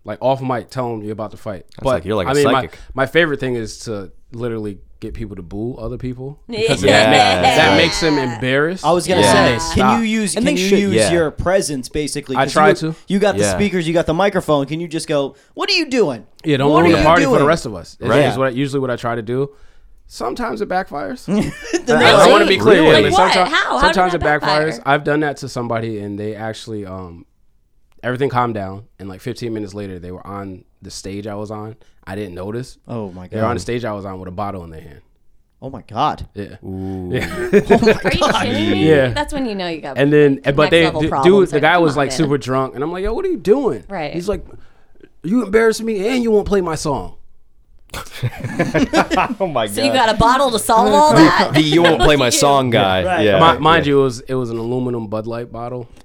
Speaker 5: Like off mic, tell them you're about to fight. but
Speaker 3: like- you're like
Speaker 5: I
Speaker 3: a
Speaker 5: mean,
Speaker 3: psychic.
Speaker 5: my my favorite thing is to literally get people to boo other people. Because
Speaker 3: Yeah.
Speaker 5: that, makes,
Speaker 3: Yeah.
Speaker 5: that makes them embarrassed.
Speaker 1: I was gonna
Speaker 3: Yeah.
Speaker 1: say,
Speaker 5: Yeah.
Speaker 1: can you use
Speaker 3: And
Speaker 1: can
Speaker 3: they
Speaker 1: you
Speaker 3: should-
Speaker 1: use
Speaker 3: yeah.
Speaker 1: your presence basically?
Speaker 5: I
Speaker 1: 'Cause
Speaker 5: try
Speaker 1: you,
Speaker 5: to.
Speaker 1: You got the
Speaker 3: Yeah.
Speaker 1: speakers, you got the microphone. Can you just go? What are you doing?
Speaker 5: Yeah, don't
Speaker 1: What are
Speaker 5: ruin the
Speaker 1: you
Speaker 5: party for the
Speaker 1: doing?"
Speaker 5: rest of us. It's
Speaker 3: Right.
Speaker 5: is what I, usually what I try to do. Sometimes it backfires.
Speaker 1: Then
Speaker 5: I,
Speaker 1: they
Speaker 5: want
Speaker 2: Really?
Speaker 5: to be clear.
Speaker 3: Really?
Speaker 5: like,
Speaker 2: Like what?
Speaker 5: someti-
Speaker 2: How? How did
Speaker 5: sometimes
Speaker 2: that
Speaker 5: it backfires.
Speaker 2: backfire?
Speaker 5: I've done that to somebody, and they actually um, everything calmed down, and like 15 minutes later, they were on the stage I was on. I didn't notice.
Speaker 1: Oh my
Speaker 5: They were on
Speaker 1: god!
Speaker 5: the stage I was on with a bottle in their hand.
Speaker 1: Oh my god!
Speaker 5: Yeah.
Speaker 2: Are you kidding me?
Speaker 5: Yeah.
Speaker 2: That's when you know you got.
Speaker 5: And then, eh,
Speaker 2: Next
Speaker 5: but they,
Speaker 2: level
Speaker 5: d- dude,
Speaker 2: problems,
Speaker 5: the
Speaker 2: like,
Speaker 5: guy
Speaker 2: come
Speaker 5: was
Speaker 2: on,
Speaker 5: like
Speaker 2: man.
Speaker 5: super drunk, and I'm like, yo, what are you doing?
Speaker 2: Right.
Speaker 5: He's like, you embarrassing me, and you won't play my song.
Speaker 3: oh my god,
Speaker 2: so you got a bottle to solve all that.
Speaker 3: the "You won't play my song" guy.
Speaker 1: Right.
Speaker 3: Yeah,
Speaker 5: Mi- mind you, it was it was an aluminum Bud Light bottle.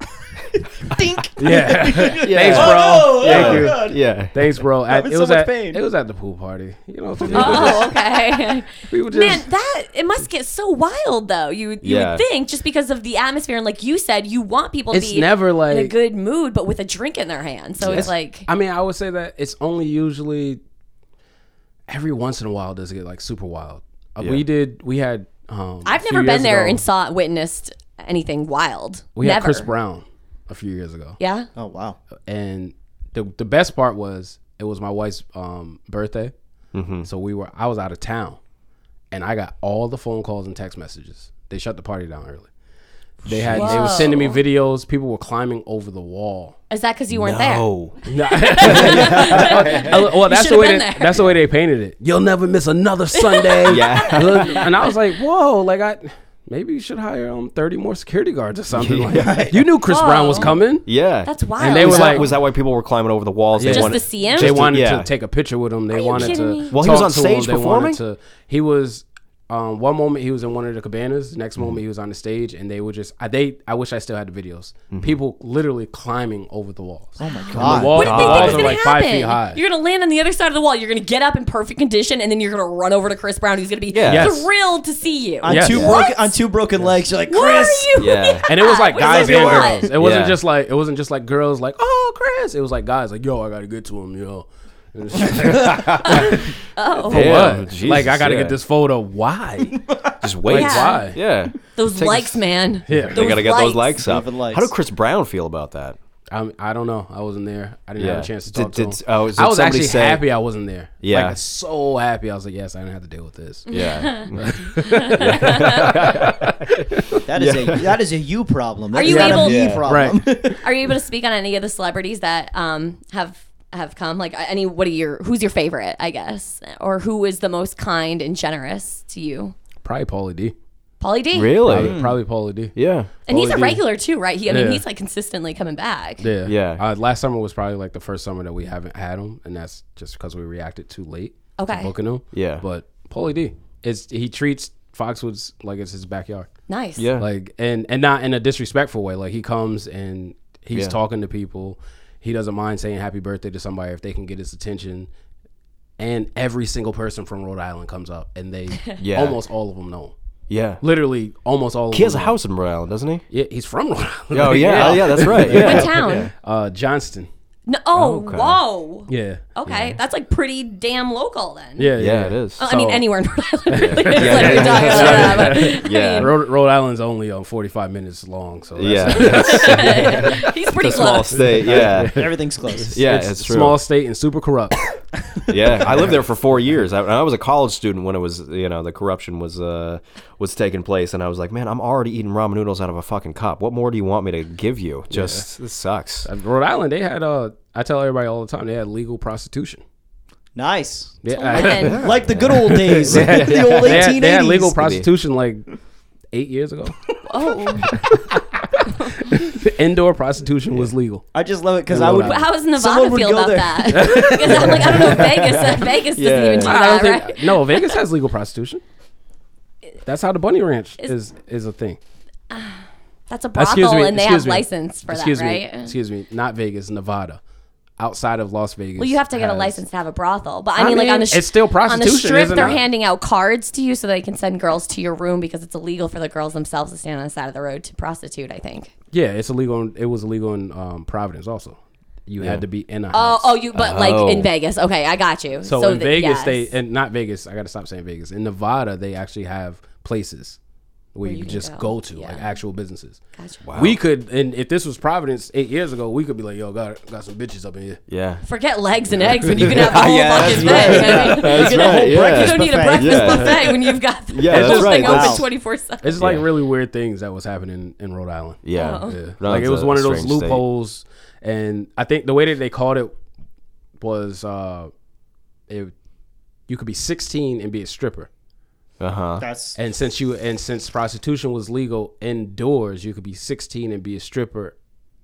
Speaker 1: Think.
Speaker 5: Yeah. Thanks,
Speaker 3: Yeah.
Speaker 5: bro.
Speaker 1: Oh, no.
Speaker 5: Thank
Speaker 1: Oh,
Speaker 5: you.
Speaker 1: God.
Speaker 3: yeah.
Speaker 5: Thanks, bro. At,
Speaker 1: was
Speaker 5: it
Speaker 1: so
Speaker 5: was
Speaker 1: much
Speaker 5: at
Speaker 1: pain.
Speaker 5: it was at the pool party. You know, people
Speaker 2: Oh,
Speaker 5: just,
Speaker 2: okay.
Speaker 5: people just
Speaker 2: Man, that it must get so wild though. You would- you
Speaker 3: Yeah.
Speaker 2: would think just because of the atmosphere and like you said, you want people to
Speaker 5: It's
Speaker 2: be
Speaker 5: never,
Speaker 2: in a
Speaker 5: like-
Speaker 2: good mood, but with a drink in their hand. So it's like
Speaker 5: I mean, I would say that it's only usually every once in a while does it get like super wild. Uh, We did we had Um, a
Speaker 2: I've
Speaker 5: few
Speaker 2: never been
Speaker 5: years
Speaker 2: there
Speaker 5: ago,
Speaker 2: and saw witnessed anything wild.
Speaker 5: We
Speaker 2: never.
Speaker 5: had Chris Brown a few years ago,
Speaker 2: Yeah.
Speaker 1: Oh wow.
Speaker 5: and the the best part was it was my wife's um, birthday, so we were I was out of town, and I got all the phone calls and text messages. They shut the party down early. They had they were sending me videos. People were climbing over the wall.
Speaker 2: Is that because you weren't
Speaker 3: No.
Speaker 5: No. well, that's the
Speaker 2: should've
Speaker 5: way
Speaker 2: been
Speaker 5: they,
Speaker 2: there.
Speaker 5: that's the way they painted it. You'll never miss another Sunday.
Speaker 3: Yeah.
Speaker 5: and I was like, whoa, like I maybe you should hire um thirty more security guards or something. Like, you knew Chris Brown was
Speaker 2: Whoa.
Speaker 5: coming.
Speaker 3: Yeah.
Speaker 2: there? That's wild.
Speaker 5: And they were
Speaker 3: was,
Speaker 5: like-
Speaker 3: that, was that why people were climbing over the walls? They
Speaker 5: Just
Speaker 3: wanted-
Speaker 2: to see him?
Speaker 5: They
Speaker 2: Just
Speaker 5: wanted
Speaker 3: yeah.
Speaker 5: to take a picture with him. They
Speaker 2: you
Speaker 5: wanted
Speaker 2: kidding
Speaker 5: to.
Speaker 2: me?
Speaker 3: Well, he was
Speaker 5: talk
Speaker 3: on
Speaker 5: to him.
Speaker 3: stage
Speaker 5: They wanted
Speaker 3: performing?
Speaker 5: to- he was. Um, one moment he was in one of the cabanas. The next moment he was on the stage, and they were just. I they. I wish I still had the videos.
Speaker 3: Mm-hmm.
Speaker 5: People literally climbing over the walls. Oh my
Speaker 1: God.
Speaker 5: The wall,
Speaker 2: what did they
Speaker 5: the
Speaker 2: think was
Speaker 5: walls are
Speaker 2: gonna
Speaker 5: like
Speaker 2: happen?
Speaker 5: five feet high.
Speaker 2: You're gonna land on the other side of the wall. You're gonna get up in perfect condition, and then you're gonna run over to Chris Brown, who's gonna be
Speaker 3: Yeah.
Speaker 5: Yes.
Speaker 2: thrilled to see you.
Speaker 1: On
Speaker 5: Yes.
Speaker 1: two
Speaker 5: Yeah.
Speaker 1: broken on two broken legs, you're like
Speaker 2: Where
Speaker 1: Chris.
Speaker 2: are you?
Speaker 3: Yeah.
Speaker 5: and it was like
Speaker 2: What is
Speaker 5: guys and
Speaker 2: everyone?
Speaker 5: girls. It wasn't
Speaker 3: Yeah.
Speaker 5: just like it wasn't just like girls like oh Chris. It was like guys like yo I gotta get to him yo. And it's just like,
Speaker 2: Oh,
Speaker 5: For
Speaker 3: Damn,
Speaker 5: what?
Speaker 3: Jesus,
Speaker 5: like I gotta
Speaker 3: yeah.
Speaker 5: get this photo. Why?
Speaker 3: Just wait.
Speaker 2: Yeah.
Speaker 5: Why?
Speaker 3: Yeah.
Speaker 2: those likes, man.
Speaker 5: Yeah.
Speaker 3: They
Speaker 5: Those
Speaker 3: got to get those likes up.
Speaker 1: Even likes.
Speaker 3: How did Chris Brown feel about that?
Speaker 5: I'm, I don't know. I wasn't there. I didn't have
Speaker 3: Yeah.
Speaker 5: a chance to
Speaker 3: Did-
Speaker 5: talk
Speaker 3: did-
Speaker 5: to him.
Speaker 3: oh, did
Speaker 5: I was
Speaker 3: somebody
Speaker 5: actually
Speaker 3: say-
Speaker 5: happy I wasn't there.
Speaker 3: Yeah.
Speaker 5: like so happy. I was like, yes, I didn't have to deal with this.
Speaker 3: Mm. Yeah.
Speaker 1: That is a that is a you problem. That
Speaker 2: Are
Speaker 1: is
Speaker 2: you
Speaker 1: not a
Speaker 2: able-
Speaker 1: me
Speaker 2: Yeah.
Speaker 1: problem?
Speaker 2: Are you able to speak on any of the celebrities that um have have come? Like any what are your who's your favorite? I guess, or who is the most kind and generous to you?
Speaker 5: Probably Paulie D.
Speaker 2: Paulie D.
Speaker 3: really?
Speaker 5: Probably, probably Paulie D.
Speaker 3: Yeah.
Speaker 2: And he's
Speaker 5: Pauly
Speaker 2: a
Speaker 5: D.
Speaker 2: regular too, right? He, I mean,
Speaker 5: Yeah.
Speaker 2: he's like consistently coming back.
Speaker 5: Yeah.
Speaker 3: Yeah.
Speaker 5: Uh, last summer was probably like the first summer that we haven't had him, and that's just because we reacted too late. to
Speaker 2: Okay.
Speaker 5: booking him.
Speaker 3: Yeah.
Speaker 5: But Paulie D, it's he treats Foxwoods like it's his backyard,
Speaker 2: Nice.
Speaker 3: Yeah.
Speaker 5: like and and not in a disrespectful way. Like he comes and he's
Speaker 3: Yeah.
Speaker 5: talking to people. He doesn't mind saying happy birthday to somebody if they can get his attention. And every single person from Rhode Island comes up, and they
Speaker 3: Yeah.
Speaker 5: almost all of them know. him.
Speaker 3: yeah.
Speaker 5: Literally, almost all. of
Speaker 3: He has a
Speaker 5: them know him.
Speaker 3: house in Rhode Island, doesn't he?
Speaker 5: Yeah, he's from Rhode Island.
Speaker 3: Oh yeah, oh, yeah, that's right. Yeah.
Speaker 2: What town?
Speaker 5: Uh, Johnston.
Speaker 2: No, oh, whoa.
Speaker 5: Yeah.
Speaker 2: Okay, that's like pretty damn local then.
Speaker 5: Yeah, yeah,
Speaker 3: Yeah,
Speaker 5: yeah.
Speaker 3: it is.
Speaker 2: Oh, I mean,
Speaker 5: So-
Speaker 2: anywhere in Rhode Island. Really. It's like we're talking about that, but-
Speaker 3: Yeah.
Speaker 5: Rhode, Rhode Island's only um, 45 minutes long, so that's
Speaker 3: Yeah,
Speaker 2: He's pretty
Speaker 3: small
Speaker 2: close.
Speaker 3: state. Yeah,
Speaker 1: Everything's close.
Speaker 3: yeah, it's,
Speaker 5: it's,
Speaker 3: true.
Speaker 5: small state and super corrupt.
Speaker 3: Yeah, I lived there for four years. I, I was a college student when it was, you know, the corruption was uh, was taking place, and I was like, man, I'm already eating ramen noodles out of a fucking cup. What more do you want me to give you? Just this sucks.
Speaker 5: Rhode Island, they had uh, I tell everybody all the time, they had legal prostitution.
Speaker 1: Nice.
Speaker 5: Yeah,
Speaker 2: And
Speaker 1: Like the good old days. the old
Speaker 5: they, had,
Speaker 1: 1880s.
Speaker 5: they had legal prostitution like eight years ago.
Speaker 2: oh,
Speaker 5: Indoor prostitution was legal.
Speaker 1: I just love it because I would.
Speaker 2: but how does Nevada
Speaker 1: Someone would
Speaker 2: feel
Speaker 1: go
Speaker 2: about
Speaker 1: there.
Speaker 2: that? Because I'm like, I don't know. Vegas, uh, Vegas doesn't
Speaker 3: Yeah.
Speaker 2: even do
Speaker 5: I don't
Speaker 2: that,
Speaker 5: think
Speaker 2: right?
Speaker 5: no Vegas has legal prostitution. That's how the Bunny Ranch is is a thing.
Speaker 2: That's a
Speaker 5: Excuse
Speaker 2: brothel,
Speaker 5: me,
Speaker 2: and they
Speaker 5: excuse
Speaker 2: have
Speaker 5: me.
Speaker 2: license for
Speaker 5: excuse
Speaker 2: that,
Speaker 5: me,
Speaker 2: right?
Speaker 5: excuse me, not Vegas, Nevada, outside of Las Vegas.
Speaker 2: Well, you have to get a
Speaker 5: has-
Speaker 2: license to have a brothel, but I
Speaker 5: Uh, I
Speaker 2: mean, like
Speaker 5: mean,
Speaker 2: on the sh-
Speaker 5: it's still
Speaker 2: On the
Speaker 5: prostitution,
Speaker 2: strip,
Speaker 5: is it
Speaker 2: they're
Speaker 5: not?
Speaker 2: handing out cards to you so they can send girls to your room because it's illegal for the girls themselves to stand on the side of the road to prostitute. I think.
Speaker 5: Yeah, it's illegal. In, it was illegal in um, Providence also. You had to be in a
Speaker 2: Oh,
Speaker 5: house.
Speaker 2: oh, you but
Speaker 3: Oh.
Speaker 2: like in Vegas. Okay, I got you.
Speaker 5: so, in
Speaker 2: the-
Speaker 5: Vegas,
Speaker 2: yes.
Speaker 5: they and not Vegas. I gotta stop saying Vegas. In Nevada, they actually have places where, you,
Speaker 2: you can
Speaker 5: just
Speaker 2: go.
Speaker 5: go, to,
Speaker 2: Yeah.
Speaker 5: like actual businesses.
Speaker 2: Gotcha.
Speaker 5: We could, and if this was Providence eight years ago, we could be like, "Yo, got got some bitches up in here."
Speaker 3: Yeah,
Speaker 2: Forget legs and eggs when you can have the whole
Speaker 3: Yeah,
Speaker 2: fucking
Speaker 3: that's
Speaker 2: thing. I mean,
Speaker 3: that's right.
Speaker 2: you
Speaker 3: Yeah,
Speaker 2: don't need a
Speaker 1: buffet.
Speaker 2: breakfast
Speaker 3: Yeah.
Speaker 2: buffet when you've got the
Speaker 3: Yeah,
Speaker 2: whole
Speaker 3: that's
Speaker 2: thing
Speaker 3: right.
Speaker 1: Wow.
Speaker 2: open twenty four seven.
Speaker 5: It's like
Speaker 3: Yeah.
Speaker 5: really weird things that was happening in Rhode Island.
Speaker 3: yeah,
Speaker 2: Oh.
Speaker 5: Yeah.
Speaker 3: Rhode
Speaker 5: Like
Speaker 3: Island's
Speaker 5: it was
Speaker 3: a
Speaker 5: one of those
Speaker 3: strange state.
Speaker 5: loopholes, and I think the way that they called it was, uh, it you could be 16 and be a stripper.
Speaker 3: Uh huh.
Speaker 1: That's
Speaker 5: And since you and since prostitution was legal indoors, you could be 16 and be a stripper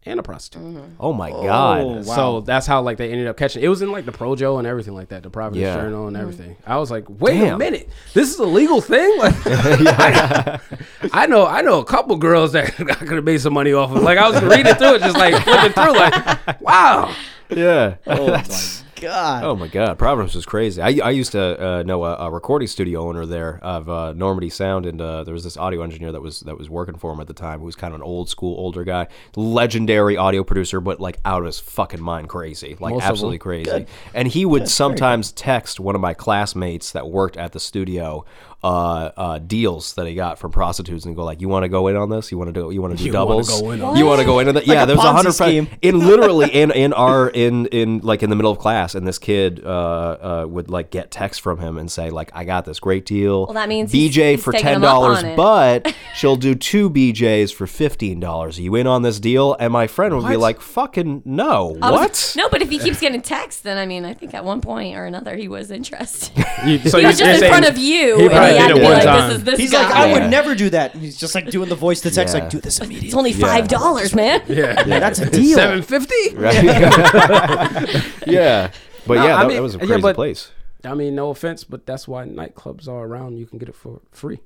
Speaker 5: and a prostitute.
Speaker 3: Oh my god.
Speaker 1: Oh, wow.
Speaker 5: So that's how like they ended up catching. It was in like the Projo and everything like that, the Providence
Speaker 3: Yeah.
Speaker 5: Journal
Speaker 1: Mm-hmm.
Speaker 5: and everything. I was like, wait
Speaker 3: Damn.
Speaker 5: a minute, this is a legal thing. Like, I, I know, I know a couple girls that I could have made some money off of. Like I was reading through it, just like flipping through, like, wow.
Speaker 3: Yeah.
Speaker 1: oh my god.
Speaker 3: Oh my God, Providence was crazy. I, I used to uh, know a, a recording studio owner there of uh, Normandy Sound, and uh, there was this audio engineer that was that was working for him at the time, who was kind of an old school, older guy, legendary audio producer, but like out of his fucking mind, crazy, like
Speaker 5: Most of 'em.
Speaker 3: absolutely crazy. And he would sometimes text one of my classmates that worked at the studio uh, uh, deals that he got from prostitutes and go like, you want to go in on this? You want to do? You want to do
Speaker 5: You wanna
Speaker 3: doubles?
Speaker 5: go in on
Speaker 3: you want to go in on that? Oh, yeah,
Speaker 1: a
Speaker 3: there was
Speaker 1: Ponzi
Speaker 3: a hundred
Speaker 1: scheme.
Speaker 3: in literally in in our in in like in the middle of class, and this kid uh, uh, would like get text from him and say like, I got this great deal.
Speaker 2: Well, that means he's-
Speaker 3: BJ
Speaker 2: he's
Speaker 3: for
Speaker 2: taking
Speaker 3: ten
Speaker 2: 'em up on
Speaker 3: dollars,
Speaker 2: it.
Speaker 3: but she'll do two BJ's for fifteen dollars. Are you in on this deal? And my friend would be
Speaker 5: What?
Speaker 3: like, fucking no.
Speaker 2: I was-
Speaker 3: what?
Speaker 2: No, but if he keeps getting texts, then I mean, I think at one point or another he was interested.
Speaker 5: so
Speaker 2: he was just in front of you, and he
Speaker 5: probably
Speaker 2: had
Speaker 5: did
Speaker 2: to
Speaker 5: it
Speaker 2: be
Speaker 5: one
Speaker 2: like,
Speaker 5: time.
Speaker 2: "This is this
Speaker 1: He's
Speaker 2: guy."
Speaker 1: like, I
Speaker 3: Yeah.
Speaker 1: would never do that. And he's just like doing the voice to text,
Speaker 3: Yeah.
Speaker 1: like, do this immediately.
Speaker 2: It's only five dollars, man.
Speaker 5: Yeah.
Speaker 1: Yeah, that's a deal.
Speaker 5: Seven fifty.
Speaker 3: yeah. But
Speaker 5: No,
Speaker 3: yeah,
Speaker 5: I
Speaker 3: that,
Speaker 5: mean-
Speaker 3: that was a
Speaker 5: yeah,
Speaker 3: crazy
Speaker 5: but-
Speaker 3: place.
Speaker 5: I mean, no offense, but that's why nightclubs are around. You can get it for free.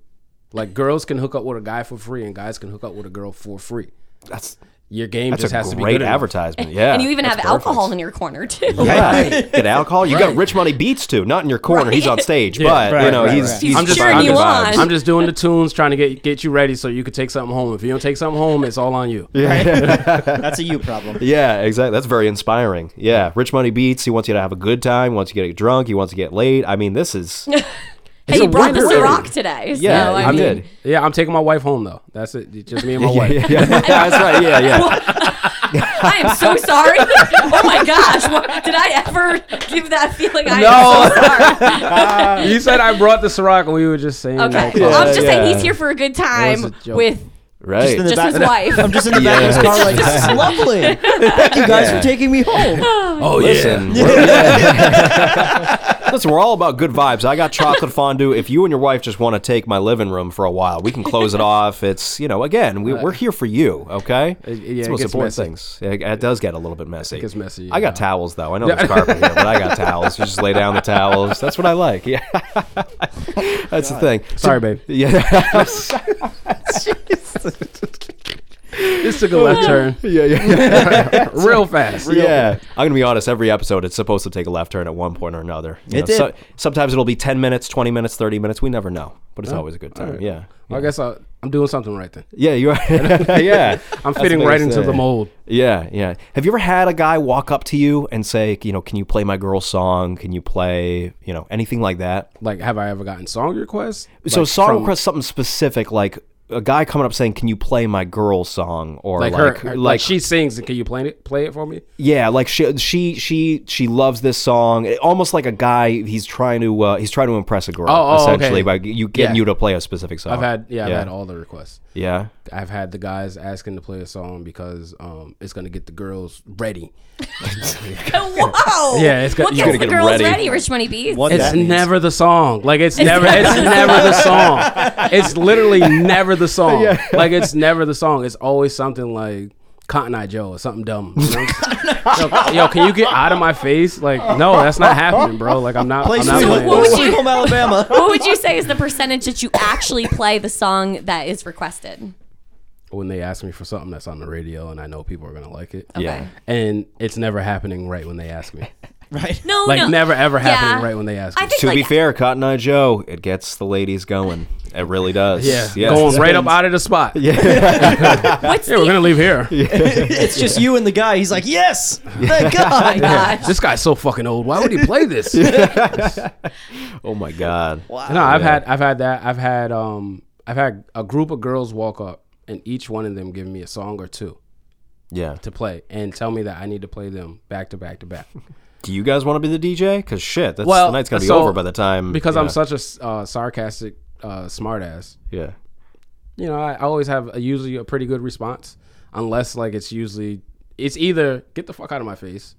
Speaker 5: Like girls can hook up with a guy for free, and guys can hook up with a girl for free.
Speaker 3: That's
Speaker 5: Your game
Speaker 3: that's
Speaker 5: just
Speaker 3: a
Speaker 5: has to be
Speaker 3: great
Speaker 5: good enough.
Speaker 3: advertisement. Yeah.
Speaker 2: and you even have
Speaker 3: that's perfect.
Speaker 2: alcohol in your corner too.
Speaker 5: Oh,
Speaker 3: Yeah. Get alcohol. You got Rich Money Beats too, not in your corner. He's on stage, but you
Speaker 5: right,
Speaker 3: know
Speaker 5: right,
Speaker 3: he's,
Speaker 5: right.
Speaker 3: he's
Speaker 2: I'm just-
Speaker 3: providing
Speaker 2: cheering you
Speaker 3: vibes.
Speaker 2: on.
Speaker 5: I'm just doing the tunes, trying to get get you ready so you can take something home. If you don't take something home, it's all on you. Yeah.
Speaker 1: That's a you problem.
Speaker 3: Yeah, exactly. That's very inspiring. Yeah, Rich Money Beats. He wants you to have a good time. Wants you to get drunk. He wants you to get laid. I mean, this is
Speaker 2: hey, he brought the
Speaker 5: wonder.
Speaker 2: Ciroc today. So
Speaker 3: Yeah,
Speaker 2: I
Speaker 3: he
Speaker 2: mean,
Speaker 3: did.
Speaker 5: Yeah, I'm taking my wife home though. That's it. It's just me and my
Speaker 3: yeah,
Speaker 5: wife.
Speaker 3: yeah, yeah. That's right. Yeah, yeah.
Speaker 2: I am so sorry. oh my gosh, what, did I ever give that feeling? I
Speaker 5: No.
Speaker 2: am so sorry.
Speaker 5: you said I brought the Ciroc, and we were just saying.
Speaker 2: Okay,
Speaker 5: nightclub.
Speaker 2: I was just
Speaker 3: yeah.
Speaker 2: saying he's here for a good
Speaker 5: It was
Speaker 2: time
Speaker 5: a joke.
Speaker 2: with
Speaker 3: Right.
Speaker 1: in the
Speaker 2: just
Speaker 1: back-
Speaker 2: his wife.
Speaker 1: I'm just in the back of his car, like, this is lovely. Thank you guys
Speaker 3: Yeah.
Speaker 1: for taking me home.
Speaker 3: Oh listen, yeah. We're, yeah. listen, we're all about good vibes. I got chocolate fondue. If you and your wife just want to take my living room for a while, we can close it off. It's you know, again, we, we're here for you. Okay,
Speaker 5: It- Uh, yeah,
Speaker 3: it's
Speaker 5: it
Speaker 3: the most
Speaker 5: gets
Speaker 3: important
Speaker 5: messy.
Speaker 3: things. It, it does get a little bit messy. It
Speaker 5: gets messy,
Speaker 3: I got
Speaker 5: yeah.
Speaker 3: towels though. I know there's carpet here, but I got towels. You just lay down the towels. That's what I like. Yeah, that's the thing.
Speaker 5: Sorry, babe.
Speaker 3: Yeah,
Speaker 5: This took a left turn,
Speaker 3: yeah, yeah.
Speaker 5: real fast.
Speaker 3: Yeah, I'm gonna be honest. Every episode, it's supposed to take a left turn at one point or another. You
Speaker 1: It did.
Speaker 3: sometimes it'll be 10 minutes, 20 minutes, 30 minutes. We never know, but it's always a good time. Yeah,
Speaker 5: Well, I guess I, I'm doing something right then.
Speaker 3: yeah, you are. yeah,
Speaker 5: I'm
Speaker 3: That's
Speaker 5: fitting
Speaker 3: what they
Speaker 5: right into
Speaker 3: say.
Speaker 5: the mold.
Speaker 3: Yeah, yeah. Have you ever had a guy walk up to you and say, you know, can you play my girl's song? Can you play, you know, anything like that?
Speaker 5: Like, have I ever gotten song requests?
Speaker 3: so
Speaker 5: Like,
Speaker 3: song
Speaker 5: from-
Speaker 3: request something specific like. A guy coming up saying, "Can you play my girl's song?" Or
Speaker 5: like,
Speaker 3: like,
Speaker 5: her, her- like, she sings. and Can you play it? Play it for me?
Speaker 3: Yeah, like she she she she loves this song. It- almost like a guy, he's trying to uh, he's trying to impress a girl
Speaker 5: Oh, oh,
Speaker 3: essentially
Speaker 5: okay.
Speaker 3: by you getting
Speaker 5: Yeah.
Speaker 3: you to play a specific song.
Speaker 5: I've had yeah, I've
Speaker 3: yeah.
Speaker 5: had all the requests.
Speaker 3: yeah.
Speaker 5: I've had the guys asking to play a song because um, it's gonna get the girls ready.
Speaker 2: Whoa!
Speaker 5: Yeah, it's got-
Speaker 2: what gets
Speaker 5: you gotta
Speaker 2: the
Speaker 3: get
Speaker 2: girls
Speaker 3: ready.
Speaker 2: ready. Rich Money Beats.
Speaker 1: What
Speaker 5: It's
Speaker 1: that means.
Speaker 5: never the song. Like it's never it's never the song. It's literally never the song. Like it's never the song. It's always something like Cotton Eye Joe or something dumb. you know? yo, yo, can you get out of my face? Like, no, that's not happening, bro. Like I'm not.
Speaker 1: Play
Speaker 5: I'm not
Speaker 1: Sweet
Speaker 2: What
Speaker 5: playing
Speaker 1: Home,
Speaker 5: that.
Speaker 2: would
Speaker 1: Sweet
Speaker 2: you-
Speaker 1: Home Alabama.
Speaker 2: What would you say is the percentage that you actually play the song that is requested?
Speaker 5: when they ask me for something that's on the radio and I know people are gonna like it.
Speaker 3: Yeah.
Speaker 5: And it's never happening right when they ask me.
Speaker 1: Right?
Speaker 2: No,
Speaker 5: Like
Speaker 2: no.
Speaker 5: never ever happening
Speaker 2: Yeah.
Speaker 5: right when they ask me.
Speaker 2: I think
Speaker 3: To
Speaker 2: like,
Speaker 3: be fair, Cotton Eye Joe, it gets the ladies going. It really does.
Speaker 5: yeah, going right up out of the spot. Yeah,
Speaker 2: what's
Speaker 5: we're
Speaker 2: the
Speaker 5: gonna leave here.
Speaker 1: It's just you and the guy. He's like, yes, thank
Speaker 2: oh my
Speaker 1: God.
Speaker 2: gosh.
Speaker 5: This guy's so fucking old. Why would he play this?
Speaker 3: Oh my god.
Speaker 5: No, I've had I've had that. I've had um I've had a group of girls walk up and each one of them give me a song or two
Speaker 3: Yeah.
Speaker 5: to play and tell me that I need to play them back to back to back.
Speaker 3: Do you guys want to be the DJ? Because shit, that's,
Speaker 5: Well,
Speaker 3: the night's gonna be
Speaker 5: so-
Speaker 3: over by the time.
Speaker 5: Because
Speaker 3: you
Speaker 5: I'm
Speaker 3: know,
Speaker 5: such a s- uh, sarcastic uh, smartass,
Speaker 3: yeah.
Speaker 5: you know, I always have a, usually a pretty good response, unless like it's usually it's either get the fuck out of my face,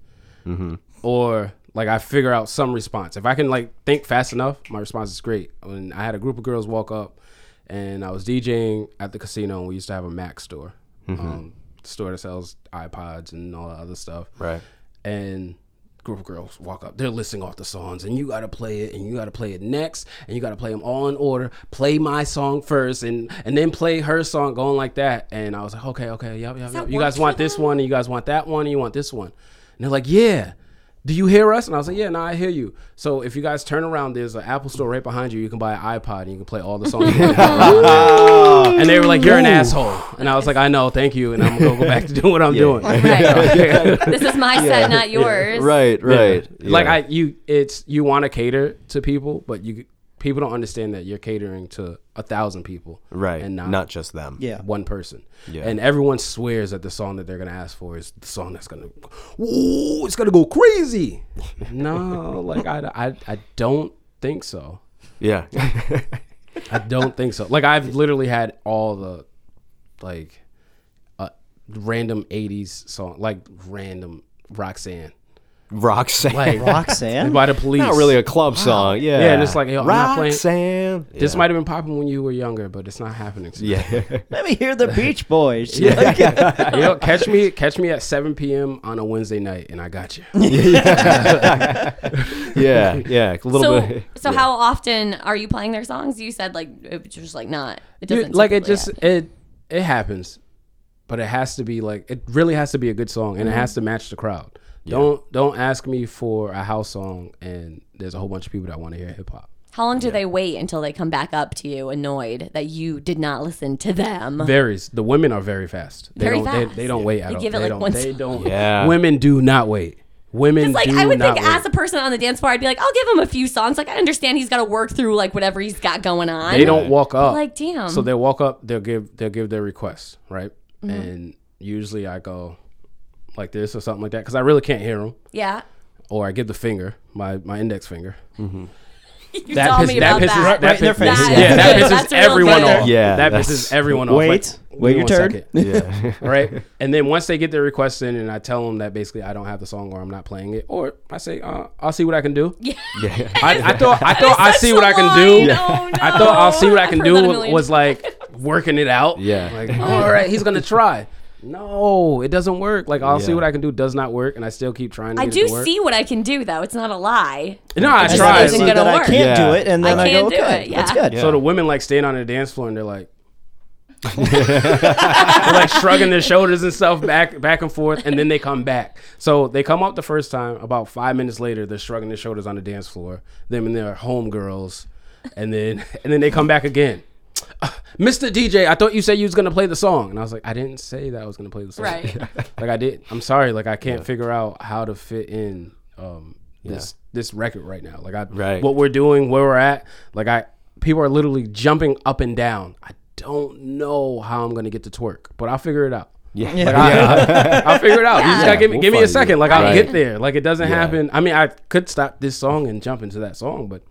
Speaker 5: or like I figure out some response. If I can like think fast enough, my response is great. When I had a group of girls walk up, and I was DJing at the casino, and we used to have a Mac store, um, store that sells iPods and all that other stuff,
Speaker 3: Right.
Speaker 5: and group of girls walk up. They're listing off the songs, and you gotta play it, and you gotta play it next, and you gotta play them all in order. Play my song first, and and then play her song, going like that. And I was like, okay, okay, yep, yep, yep. You
Speaker 2: work
Speaker 5: guys want
Speaker 2: for
Speaker 5: this one, and you guys want that one, and you want this one. And they're like, yeah. Do you hear us? And I was like, yeah, no, I hear you. So if you guys turn around, there's an Apple store right behind you. You can buy an iPod and you can play all the songs. you want. and they were like, you're an asshole. And I was like, I know, thank you. And I'm going to go back to doing what I'm doing.
Speaker 2: Right. this is my set, not yours.
Speaker 3: Right. Right.
Speaker 5: Like
Speaker 3: Yeah.
Speaker 5: I, you, it's you want to cater to people, but you people don't understand that you're catering to a thousand people,
Speaker 3: right?
Speaker 5: And not,
Speaker 3: not just them.
Speaker 1: Yeah.
Speaker 5: one person.
Speaker 3: Yeah.
Speaker 5: And everyone swears that the song that they're gonna ask for is the song that's gonna, ooh, it's gonna go crazy. no, like I, I, I don't think so.
Speaker 3: yeah,
Speaker 5: I don't think so. Like I've literally had all the, like, uh, random '80s song, like random Roxanne,
Speaker 3: Roxanne.
Speaker 5: like
Speaker 1: Roxanne?
Speaker 5: by the Police.
Speaker 3: not really a club song. Yeah,
Speaker 5: Yeah, and it's like, yo, I'm not playing-
Speaker 3: Roxanne.
Speaker 5: This might have been popping when you were younger, but it's not happening. to you.
Speaker 3: Yeah.
Speaker 1: Let me hear the Beach Boys.
Speaker 5: you know, catch me, catch me at 7 p.m. on a Wednesday night, and I got you.
Speaker 3: yeah, yeah, a little
Speaker 2: So,
Speaker 3: bit.
Speaker 2: so how often are you playing their songs? You said like it's just like not. It doesn't
Speaker 5: like it
Speaker 2: typically
Speaker 5: just
Speaker 2: happen.
Speaker 5: it it happens, but it has to be like it really has to be a good song,
Speaker 2: Mm-hmm.
Speaker 5: and it has to match the crowd. Don't don't ask me for a house song, and there's a whole bunch of people that want to hear hip hop.
Speaker 2: How long do they wait until they come back up to you annoyed that you did not listen to them?
Speaker 5: Varies. The women are very fast. They
Speaker 2: Very
Speaker 5: don't, they-
Speaker 2: fast.
Speaker 5: They, don't wait at
Speaker 2: They
Speaker 5: all.
Speaker 2: give it
Speaker 5: they
Speaker 2: like
Speaker 5: don't.
Speaker 2: one
Speaker 5: they
Speaker 2: second.
Speaker 5: don't.
Speaker 3: Yeah.
Speaker 5: Women do not wait. Women
Speaker 2: It's like
Speaker 5: do
Speaker 2: I would
Speaker 5: not
Speaker 2: think
Speaker 5: wait.
Speaker 2: as a person on the dance floor, I'd be like, I'll give him a few songs. Like I understand he's got to work through like whatever he's got going on.
Speaker 5: they don't walk up.
Speaker 2: like, um, damn.
Speaker 5: So they'll walk up. They'll give. They'll give their requests, right?
Speaker 2: Mm-hmm.
Speaker 5: And usually I go like this or something like that because I really can't hear them,
Speaker 2: yeah.
Speaker 5: or I give the finger, my my index finger.
Speaker 2: You
Speaker 1: That
Speaker 2: told
Speaker 1: piss-
Speaker 2: me
Speaker 1: that
Speaker 2: about that.
Speaker 5: pisses-
Speaker 1: that Right in their pisses- face.
Speaker 2: That-
Speaker 5: yeah, that pisses
Speaker 2: that's a real
Speaker 5: everyone
Speaker 2: killer.
Speaker 5: off.
Speaker 3: Yeah,
Speaker 5: that
Speaker 3: that's-
Speaker 5: pisses everyone off.
Speaker 1: Wait.
Speaker 5: Like, give
Speaker 1: Wait
Speaker 5: me
Speaker 1: your turn.
Speaker 5: one second.
Speaker 3: yeah,
Speaker 5: right? And then once they get their requests in, and I tell them that basically I don't have the song or I'm not playing it, or I say uh, I'll see what I can do.
Speaker 2: Yeah.
Speaker 5: I, I thought I thought
Speaker 2: That's
Speaker 5: Oh, I
Speaker 2: such
Speaker 5: see what
Speaker 2: a
Speaker 5: I can
Speaker 2: line.
Speaker 5: do.
Speaker 2: Oh,
Speaker 5: I thought I'll see what I
Speaker 2: no.
Speaker 5: can
Speaker 2: I've heard that a
Speaker 5: do
Speaker 2: million
Speaker 5: was like working it out.
Speaker 3: Yeah.
Speaker 5: Like, all right, he's gonna try. No, it doesn't work. Like I'll see
Speaker 3: Yeah.
Speaker 5: what I can do does not work, and I still keep trying. To
Speaker 2: I
Speaker 5: get
Speaker 2: do
Speaker 5: it to work.
Speaker 2: see what I can do though. It's not a lie.
Speaker 5: No, I
Speaker 2: just
Speaker 5: tried.
Speaker 2: isn't
Speaker 1: see
Speaker 5: Like,
Speaker 2: gonna
Speaker 1: that I
Speaker 2: work.
Speaker 1: can't
Speaker 3: Yeah.
Speaker 1: do it, and then
Speaker 2: I
Speaker 1: I, go,
Speaker 2: can't do
Speaker 1: okay,
Speaker 2: it, yeah.
Speaker 1: that's good.
Speaker 5: So the women like stand on the dance floor and they're like, they're like shrugging their shoulders and stuff back back and forth, and then they come back. So they come up the first time. About five minutes later, they're shrugging their shoulders on the dance floor. Them and their homegirls, and then and then they come back again. "Uh, Mr. DJ, I thought you said you was gonna play the song, and I was like, I didn't say that I was gonna play the song.
Speaker 2: Right.
Speaker 5: like I did. I'm sorry. Like I can't figure out how to fit in um, this this record right now. Like I
Speaker 3: Right.
Speaker 5: what we're doing, where we're at. Like I people are literally jumping up and down. I don't know how I'm gonna get to twerk, but I'll figure it out.
Speaker 3: yeah,
Speaker 1: Yeah.
Speaker 5: I, will figure it out. You just gotta give me
Speaker 3: We'll
Speaker 5: give me a
Speaker 3: find you.
Speaker 5: second. Like I'll
Speaker 3: Right.
Speaker 5: get there. Like it doesn't happen. I mean, I could stop this song and jump into that song, but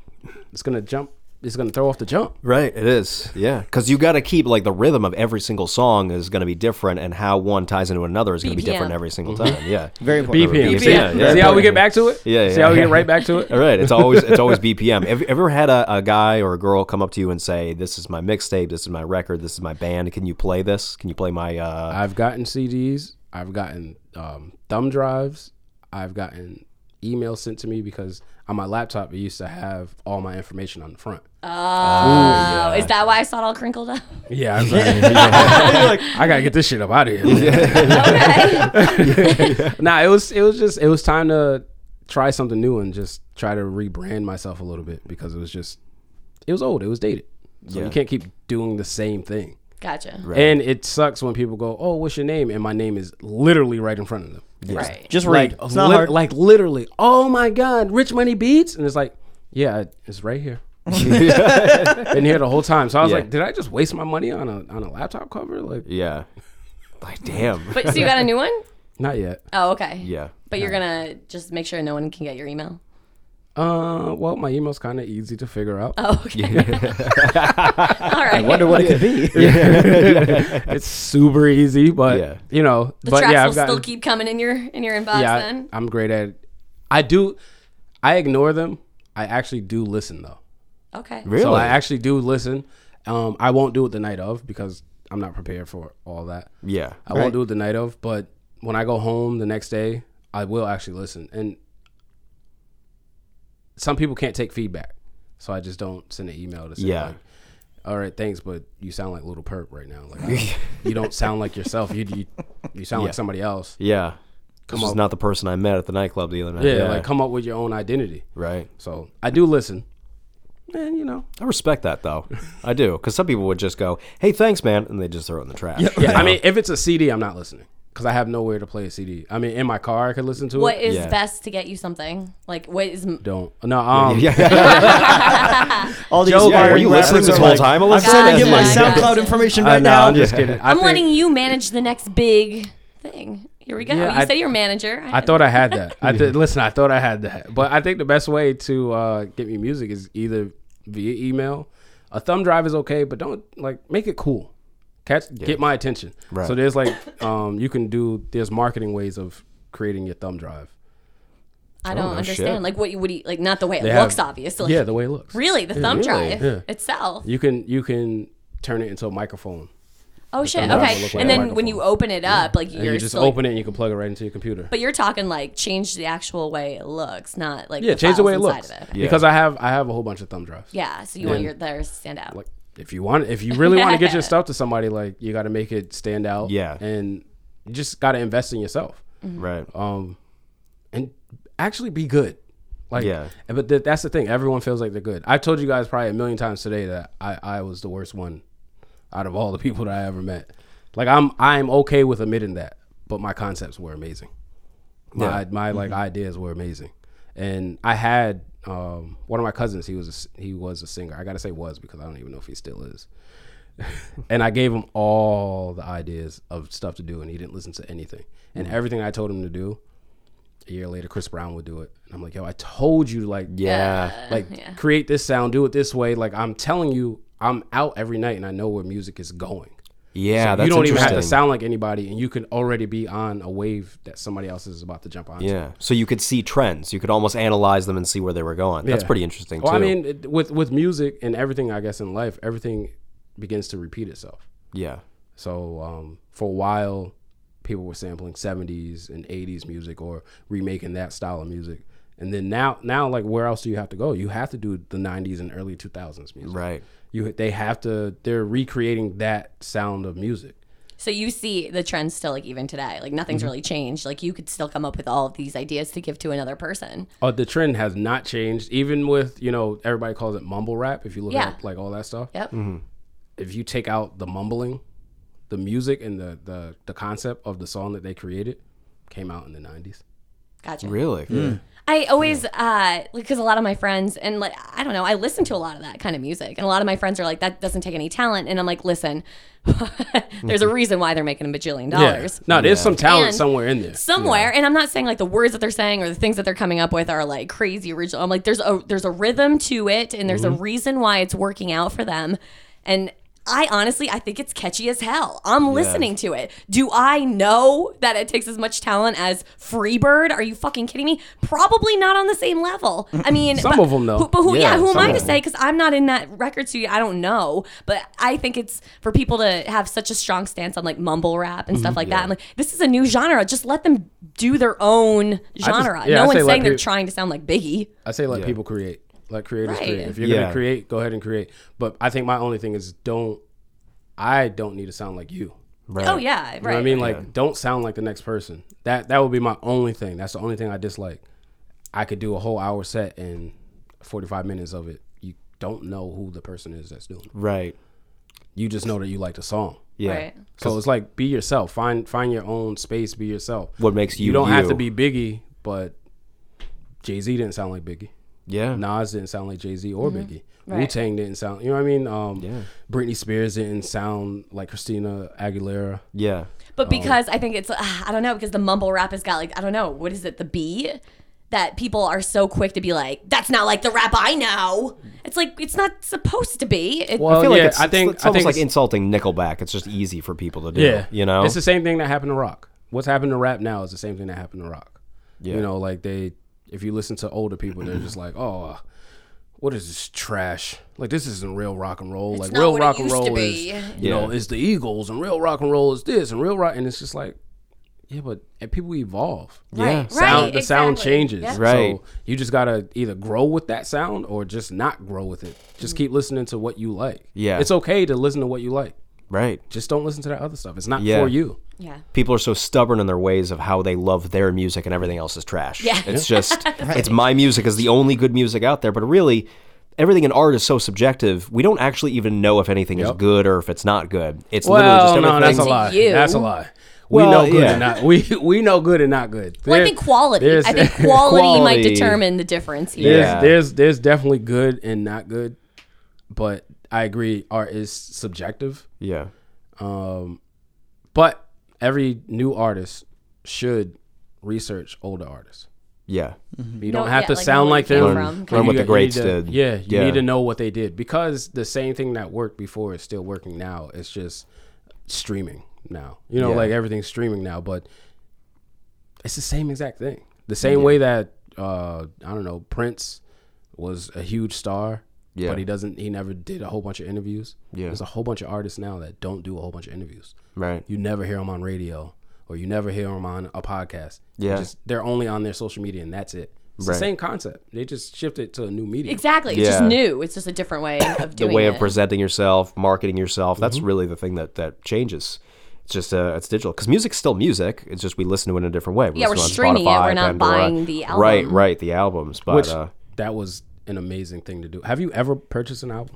Speaker 5: it's gonna jump. It's gonna throw off the jump.
Speaker 3: Right, it is. Yeah, because you got to keep like the rhythm of every single song is going to be different, and how one ties into another is going to be
Speaker 2: BPM.
Speaker 3: different every single time. Yeah,
Speaker 1: Very important.
Speaker 5: BPM.
Speaker 3: BPM.
Speaker 5: See,
Speaker 3: Yeah,
Speaker 5: see
Speaker 3: yeah.
Speaker 5: how we get back to it.
Speaker 3: Yeah,
Speaker 5: See
Speaker 3: yeah.
Speaker 5: how we get right back to it.
Speaker 3: All right, it's always it's always BPM. Have you ever had a, a guy or a girl come up to you and say, "This is my mixtape. This is my record. This is my band. Can you play this? Can you play my?" uh
Speaker 5: I've gotten CDs. I've gotten um, thumb drives. I've gotten emails sent to me because on my laptop it used to have all my information on the front.
Speaker 2: Oh, is that why I saw it all crinkled up?
Speaker 5: Yeah, I, was like, I gotta get this shit up out of here. nah, it was it was just it was time to try something new and just try to rebrand myself a little bit because it was just it was old, it was dated. So
Speaker 3: Yeah.
Speaker 5: you can't keep doing the same thing.
Speaker 2: Gotcha. Right.
Speaker 5: And it sucks when people go, "Oh, what's your name?" and my name is literally right in front of them.
Speaker 1: Just read.
Speaker 5: Like,
Speaker 1: it's not
Speaker 5: lit-
Speaker 1: hard.
Speaker 5: like literally, oh my God, Rich Money Beats? And it's like, yeah, it- it's right here. Been here the whole time. So I was
Speaker 3: Yeah.
Speaker 5: like, did I just waste my money on a on a laptop cover? Like,
Speaker 3: Yeah, like damn.
Speaker 2: But so you got a new one?
Speaker 5: not yet.
Speaker 2: Oh, okay.
Speaker 3: yeah,
Speaker 2: But you're gonna just make sure no one can get your email.
Speaker 5: Uh, well, my email's kind of easy to figure out.
Speaker 2: Oh, okay. all right.
Speaker 1: I wonder what it could be.
Speaker 5: It's super easy, but
Speaker 3: Yeah.
Speaker 5: you know,
Speaker 2: the
Speaker 5: but
Speaker 2: tracks
Speaker 5: yeah,
Speaker 2: will
Speaker 5: I've gotten,
Speaker 2: still keep coming in your in your inbox
Speaker 5: yeah,
Speaker 2: then.
Speaker 5: I, am great at. I do, I ignore them. I actually do listen though.
Speaker 2: Okay.
Speaker 3: really.
Speaker 5: So I actually do listen. Um, I won't do it the night of because I'm not prepared for all that.
Speaker 3: yeah,
Speaker 5: I won't do it the night of, but when I go home the next day, I will actually listen. And some people can't take feedback, so I just don't send an email to say,
Speaker 3: Yeah.
Speaker 5: like, "All right, thanks, but you sound like Little Perp right now. Like, I- you don't sound like yourself. You you, you sound like somebody else.
Speaker 3: yeah. This is
Speaker 5: on.
Speaker 3: not the person I met at the nightclub the other night.
Speaker 5: Yeah, like come up with your own identity.
Speaker 3: right.
Speaker 5: So I do listen, and you know,
Speaker 3: I respect that though. I do because some people would just go, "Hey, thanks, man," and they just throw it in the trash.
Speaker 5: yeah. I mean, if it's a CD, I'm not listening. because I have nowhere to play a CD. I mean, in my car I could listen to
Speaker 2: What
Speaker 5: it.
Speaker 2: is
Speaker 3: Yeah.
Speaker 2: best to get you something? Like, what is?
Speaker 5: Don't no um
Speaker 1: All these
Speaker 5: Joe,
Speaker 1: inspiring
Speaker 5: were you listening
Speaker 1: rappers
Speaker 5: this
Speaker 1: are
Speaker 5: whole
Speaker 1: like,
Speaker 3: time,
Speaker 1: I'm
Speaker 3: Alyssa?
Speaker 1: trying to get my
Speaker 2: Gotcha,
Speaker 1: SoundCloud
Speaker 2: gotcha.
Speaker 1: information
Speaker 5: I
Speaker 1: right
Speaker 5: know,
Speaker 1: now.
Speaker 5: uh, I'm just kidding. I
Speaker 2: I'm
Speaker 5: think-
Speaker 2: letting you manage the next big thing. Here we go.
Speaker 5: Yeah,
Speaker 2: you
Speaker 5: I-
Speaker 2: say you're manager.
Speaker 5: I thought I had that. I th- listen. I thought I had that, but I think the best way to uh, get me music is either via email. A thumb drive is okay, but don't like make it cool. Catch get my attention.
Speaker 3: Right.
Speaker 5: So there's like um, you can do there's marketing ways of creating your thumb drive.
Speaker 2: I don't
Speaker 3: no
Speaker 2: understand.
Speaker 3: shit.
Speaker 2: Like what you would you, like not the way it
Speaker 5: Oh, They
Speaker 2: looks
Speaker 5: have-
Speaker 2: obviously.
Speaker 5: yeah, the way it looks.
Speaker 2: really the thumb
Speaker 3: really?
Speaker 2: drive itself.
Speaker 5: You can you can turn it into a microphone.
Speaker 2: Oh shit.
Speaker 5: thumb drive will
Speaker 2: Okay.
Speaker 5: look like
Speaker 2: And
Speaker 5: a
Speaker 2: then when you
Speaker 5: microphone.
Speaker 2: open it up, like you're
Speaker 5: And you just
Speaker 2: still,
Speaker 5: open it and you can plug it right into your computer.
Speaker 2: But you're talking like change the actual way it looks, not like
Speaker 5: yeah,
Speaker 2: the
Speaker 5: change the
Speaker 2: files
Speaker 5: way
Speaker 2: inside
Speaker 5: it looks.
Speaker 2: Of it.
Speaker 3: Yeah.
Speaker 5: Because I have I have a whole bunch of thumb drives.
Speaker 2: Yeah. So you want your theirs to stand out.
Speaker 5: like if you want if you really want to get your stuff to somebody like you got to make it stand out
Speaker 3: Yeah.
Speaker 5: and you just got to invest in yourself
Speaker 3: right.
Speaker 5: um and actually be good like
Speaker 3: Yeah.
Speaker 5: but th- that's the thing everyone feels like they're good i've told you guys probably a million times today that i i was the worst one out of all the people that i ever met like i'm i'm okay with admitting that but my concepts were amazing my my like
Speaker 3: Mm-hmm.
Speaker 5: ideas were amazing and i had um one of my cousins he was a, s- he was a singer i gotta say was because i don't even know if he still is and i gave him all the ideas of stuff to do and he didn't listen to anything
Speaker 3: Mm.
Speaker 5: and everything i told him to do a year later chris brown would do it and i'm like yo i told you to like
Speaker 3: Yeah.
Speaker 5: like create this sound do it this way like i'm telling you i'm out every night and i know where music is going
Speaker 3: Yeah, that's
Speaker 5: you don't even have to
Speaker 3: interesting.
Speaker 5: sound like anybody and you can already be on a wave that somebody else is about to jump on
Speaker 3: Yeah. So you could see trends. You could almost analyze them and see where they were going. That's
Speaker 5: Yeah.
Speaker 3: pretty interesting too.
Speaker 5: Well, I mean, it, with with music and everything, I guess in life, everything begins to repeat itself.
Speaker 3: yeah.
Speaker 5: So um, for a while, people were sampling '70s and '80s music or remaking that style of music, and then now, now like where else do you have to go? You have to do the '90s and early 2000s music.
Speaker 3: Right.
Speaker 5: You they have to they're recreating that sound of music.
Speaker 2: So you see the trends still like even today. Like nothing's
Speaker 5: Mm-hmm.
Speaker 2: really changed. Like you could still come up with all of these ideas to give to another person.
Speaker 5: Uh, the trend has not changed, even with you know everybody calls it mumble rap. If you look
Speaker 2: Yeah.
Speaker 5: at like all that stuff,
Speaker 2: Yep.
Speaker 5: if you take out the mumbling, the music and the the, the concept of the song that they created came out in the nineties.
Speaker 2: Gotcha.
Speaker 3: Really?
Speaker 2: I always uh because a lot of my friends and like I don't know, I listen to a lot of that kind of music and a lot of my friends are like that doesn't take any talent and I'm like, "Listen, there's a reason why they're making a bajillion dollars."
Speaker 5: No, there's some talent
Speaker 2: And-
Speaker 5: somewhere in there.
Speaker 2: Somewhere, and I'm not saying like the words that they're saying or the things that they're coming up with are like crazy original. I'm like, there's a there's a rhythm to it, and there's
Speaker 5: Mm-hmm.
Speaker 2: a reason why it's working out for them. And I honestly, I think it's catchy as hell. I'm listening to it. Do I know that it takes as much talent as Freebird? Are you fucking kidding me? Probably not on the same level. I mean,
Speaker 5: Some
Speaker 2: but-
Speaker 5: of 'em, though.
Speaker 2: who- but who?
Speaker 3: Yeah,
Speaker 2: Yeah, who am
Speaker 3: some
Speaker 2: I
Speaker 3: of
Speaker 2: to
Speaker 3: 'em.
Speaker 2: say? Because I'm not in that record studio. I don't know. But I think it's for people to have such a strong stance on like mumble rap and
Speaker 5: Mm-hmm.
Speaker 2: stuff like that. I'm like, this is a new genre. Just let them do their own genre.
Speaker 5: yeah, I
Speaker 2: no
Speaker 5: say
Speaker 2: one's
Speaker 5: let
Speaker 2: saying they're
Speaker 5: people-
Speaker 2: trying to sound like Biggie.
Speaker 5: I say let people create. Let creators
Speaker 2: Right.
Speaker 5: create. If you're
Speaker 3: Yeah.
Speaker 5: gonna create, go ahead and create. But I think my only thing is don't I don't need to sound like you.
Speaker 3: Right.
Speaker 2: Oh yeah, right.
Speaker 5: Uh, You know what I mean? Like don't sound like the next person. That that would be my only thing. That's the only thing I dislike. I could do a whole hour set and forty five minutes of it. You don't know who the person is that's doing. it.
Speaker 3: Right.
Speaker 5: You just know that you like the song.
Speaker 3: Yeah.
Speaker 2: Right.
Speaker 5: So it's like be yourself. Find find your own space. Be yourself.
Speaker 3: What makes you
Speaker 5: You don't have
Speaker 3: you.
Speaker 5: to be Biggie, but Jay Z didn't sound like Biggie.
Speaker 3: Yeah.
Speaker 5: Nas didn't sound like Jay Z or Biggie.
Speaker 2: Right.
Speaker 5: Wu Tang didn't sound. You know what I mean? Um, Britney Spears didn't sound like Christina Aguilera.
Speaker 3: Yeah.
Speaker 5: Um,
Speaker 2: But because I think it's ah, I don't know because the mumble rap has got like I don't know what is it the B that people are so quick to be like that's not like the rap I know. It's like it's not supposed to be. It,
Speaker 5: Well,
Speaker 3: I feel
Speaker 5: Oh, yeah,
Speaker 3: like it's,
Speaker 5: I think
Speaker 3: it's almost
Speaker 5: I think
Speaker 3: like
Speaker 5: it's-
Speaker 3: insulting Nickelback. It's just easy for people to do.
Speaker 5: yeah,
Speaker 3: You know.
Speaker 5: it's the same thing that happened to rock. What's happened to rap now is the same thing that happened to rock.
Speaker 3: Yeah.
Speaker 5: You know, like they, if you listen to older people, they're just like, oh. uh, What is this trash? Like this isn't real rock and roll. like
Speaker 2: not
Speaker 5: real
Speaker 2: what it
Speaker 5: rock and
Speaker 2: used to
Speaker 5: roll is,
Speaker 2: be."
Speaker 5: you know,
Speaker 3: Yeah.
Speaker 5: is the Eagles, and real rock and roll is this, and real rock, and it's just like, yeah, but and people evolve.
Speaker 3: yeah.
Speaker 2: Right.
Speaker 5: sound the sound
Speaker 2: exactly.
Speaker 5: changes.
Speaker 2: Yeah.
Speaker 3: Right.
Speaker 5: So you just gotta either grow with that sound or just not grow with it.
Speaker 2: Mm.
Speaker 5: Just keep listening to what you like.
Speaker 3: Yeah.
Speaker 5: It's okay to listen to what you like.
Speaker 3: Right.
Speaker 5: Just don't listen to that other stuff. It's not
Speaker 3: Yeah.
Speaker 5: for you.
Speaker 2: Yeah.
Speaker 3: people are so stubborn in their ways of how they love their music and everything else is trash.
Speaker 2: Yeah.
Speaker 3: It's just it's my music is the only good music out there, but really everything in art is so subjective. We don't actually even know if anything is good or if it's not good. It's literally just
Speaker 5: Well,
Speaker 3: everything
Speaker 5: no, that's a
Speaker 2: To
Speaker 5: lie.
Speaker 2: you.
Speaker 5: That's a lie. we
Speaker 3: Well,
Speaker 5: know good
Speaker 3: yeah.
Speaker 5: and not we we know good and not good.
Speaker 2: Well, I
Speaker 5: There-
Speaker 2: think quality.
Speaker 5: there's-
Speaker 2: I think quality, might
Speaker 3: Quality.
Speaker 2: determine the difference here.
Speaker 5: there's,
Speaker 3: Yeah.
Speaker 5: there's there's definitely good and not good, but I agree art is subjective.
Speaker 3: Yeah.
Speaker 5: Um, but every new artist should research older artists.
Speaker 3: Yeah.
Speaker 5: You don't
Speaker 2: Know-
Speaker 5: have
Speaker 2: yeah,
Speaker 5: to
Speaker 2: like, know
Speaker 5: sound
Speaker 2: where
Speaker 5: like
Speaker 2: they
Speaker 5: them.
Speaker 2: came
Speaker 3: Learn,
Speaker 2: Mm-hmm. from.
Speaker 3: learn
Speaker 5: You
Speaker 3: what
Speaker 5: got-
Speaker 3: the
Speaker 5: you
Speaker 3: greats
Speaker 5: need to-
Speaker 3: did.
Speaker 5: Yeah, you need to know what they did because the same thing that worked before is still working now. It's just streaming now. You know,
Speaker 3: Yeah.
Speaker 5: like everything's streaming now, but it's the same exact thing. The same way that uh, I don't know Prince was a huge star,
Speaker 3: Yeah.
Speaker 5: but he doesn't. He never did a whole bunch of interviews.
Speaker 3: Yeah.
Speaker 5: There's a whole bunch of artists now that don't do a whole bunch of interviews.
Speaker 3: Right.
Speaker 5: You never hear them on radio or you never hear them on a podcast. They
Speaker 3: Yeah.
Speaker 5: Just, they're only on their social media and that's it. It's
Speaker 3: Right.
Speaker 5: the same concept. They just shift it to a new medium.
Speaker 2: Exactly. It's just
Speaker 3: Yeah.
Speaker 2: new. It's just a different way of
Speaker 3: the
Speaker 2: doing
Speaker 3: way
Speaker 2: it.
Speaker 3: of presenting yourself, marketing yourself. That's
Speaker 5: Mm-hmm.
Speaker 3: really the thing that that changes. It's just uh, it's digital because music's still music. It's just we listen to it in a different way. We
Speaker 2: Yeah,
Speaker 3: listen
Speaker 2: we're
Speaker 3: on
Speaker 2: streaming it. We're not
Speaker 3: Pandora.
Speaker 2: buying the album.
Speaker 3: Right, right, the albums. But
Speaker 5: Which
Speaker 3: uh,
Speaker 5: that was an amazing thing to do. Have you ever purchased an album?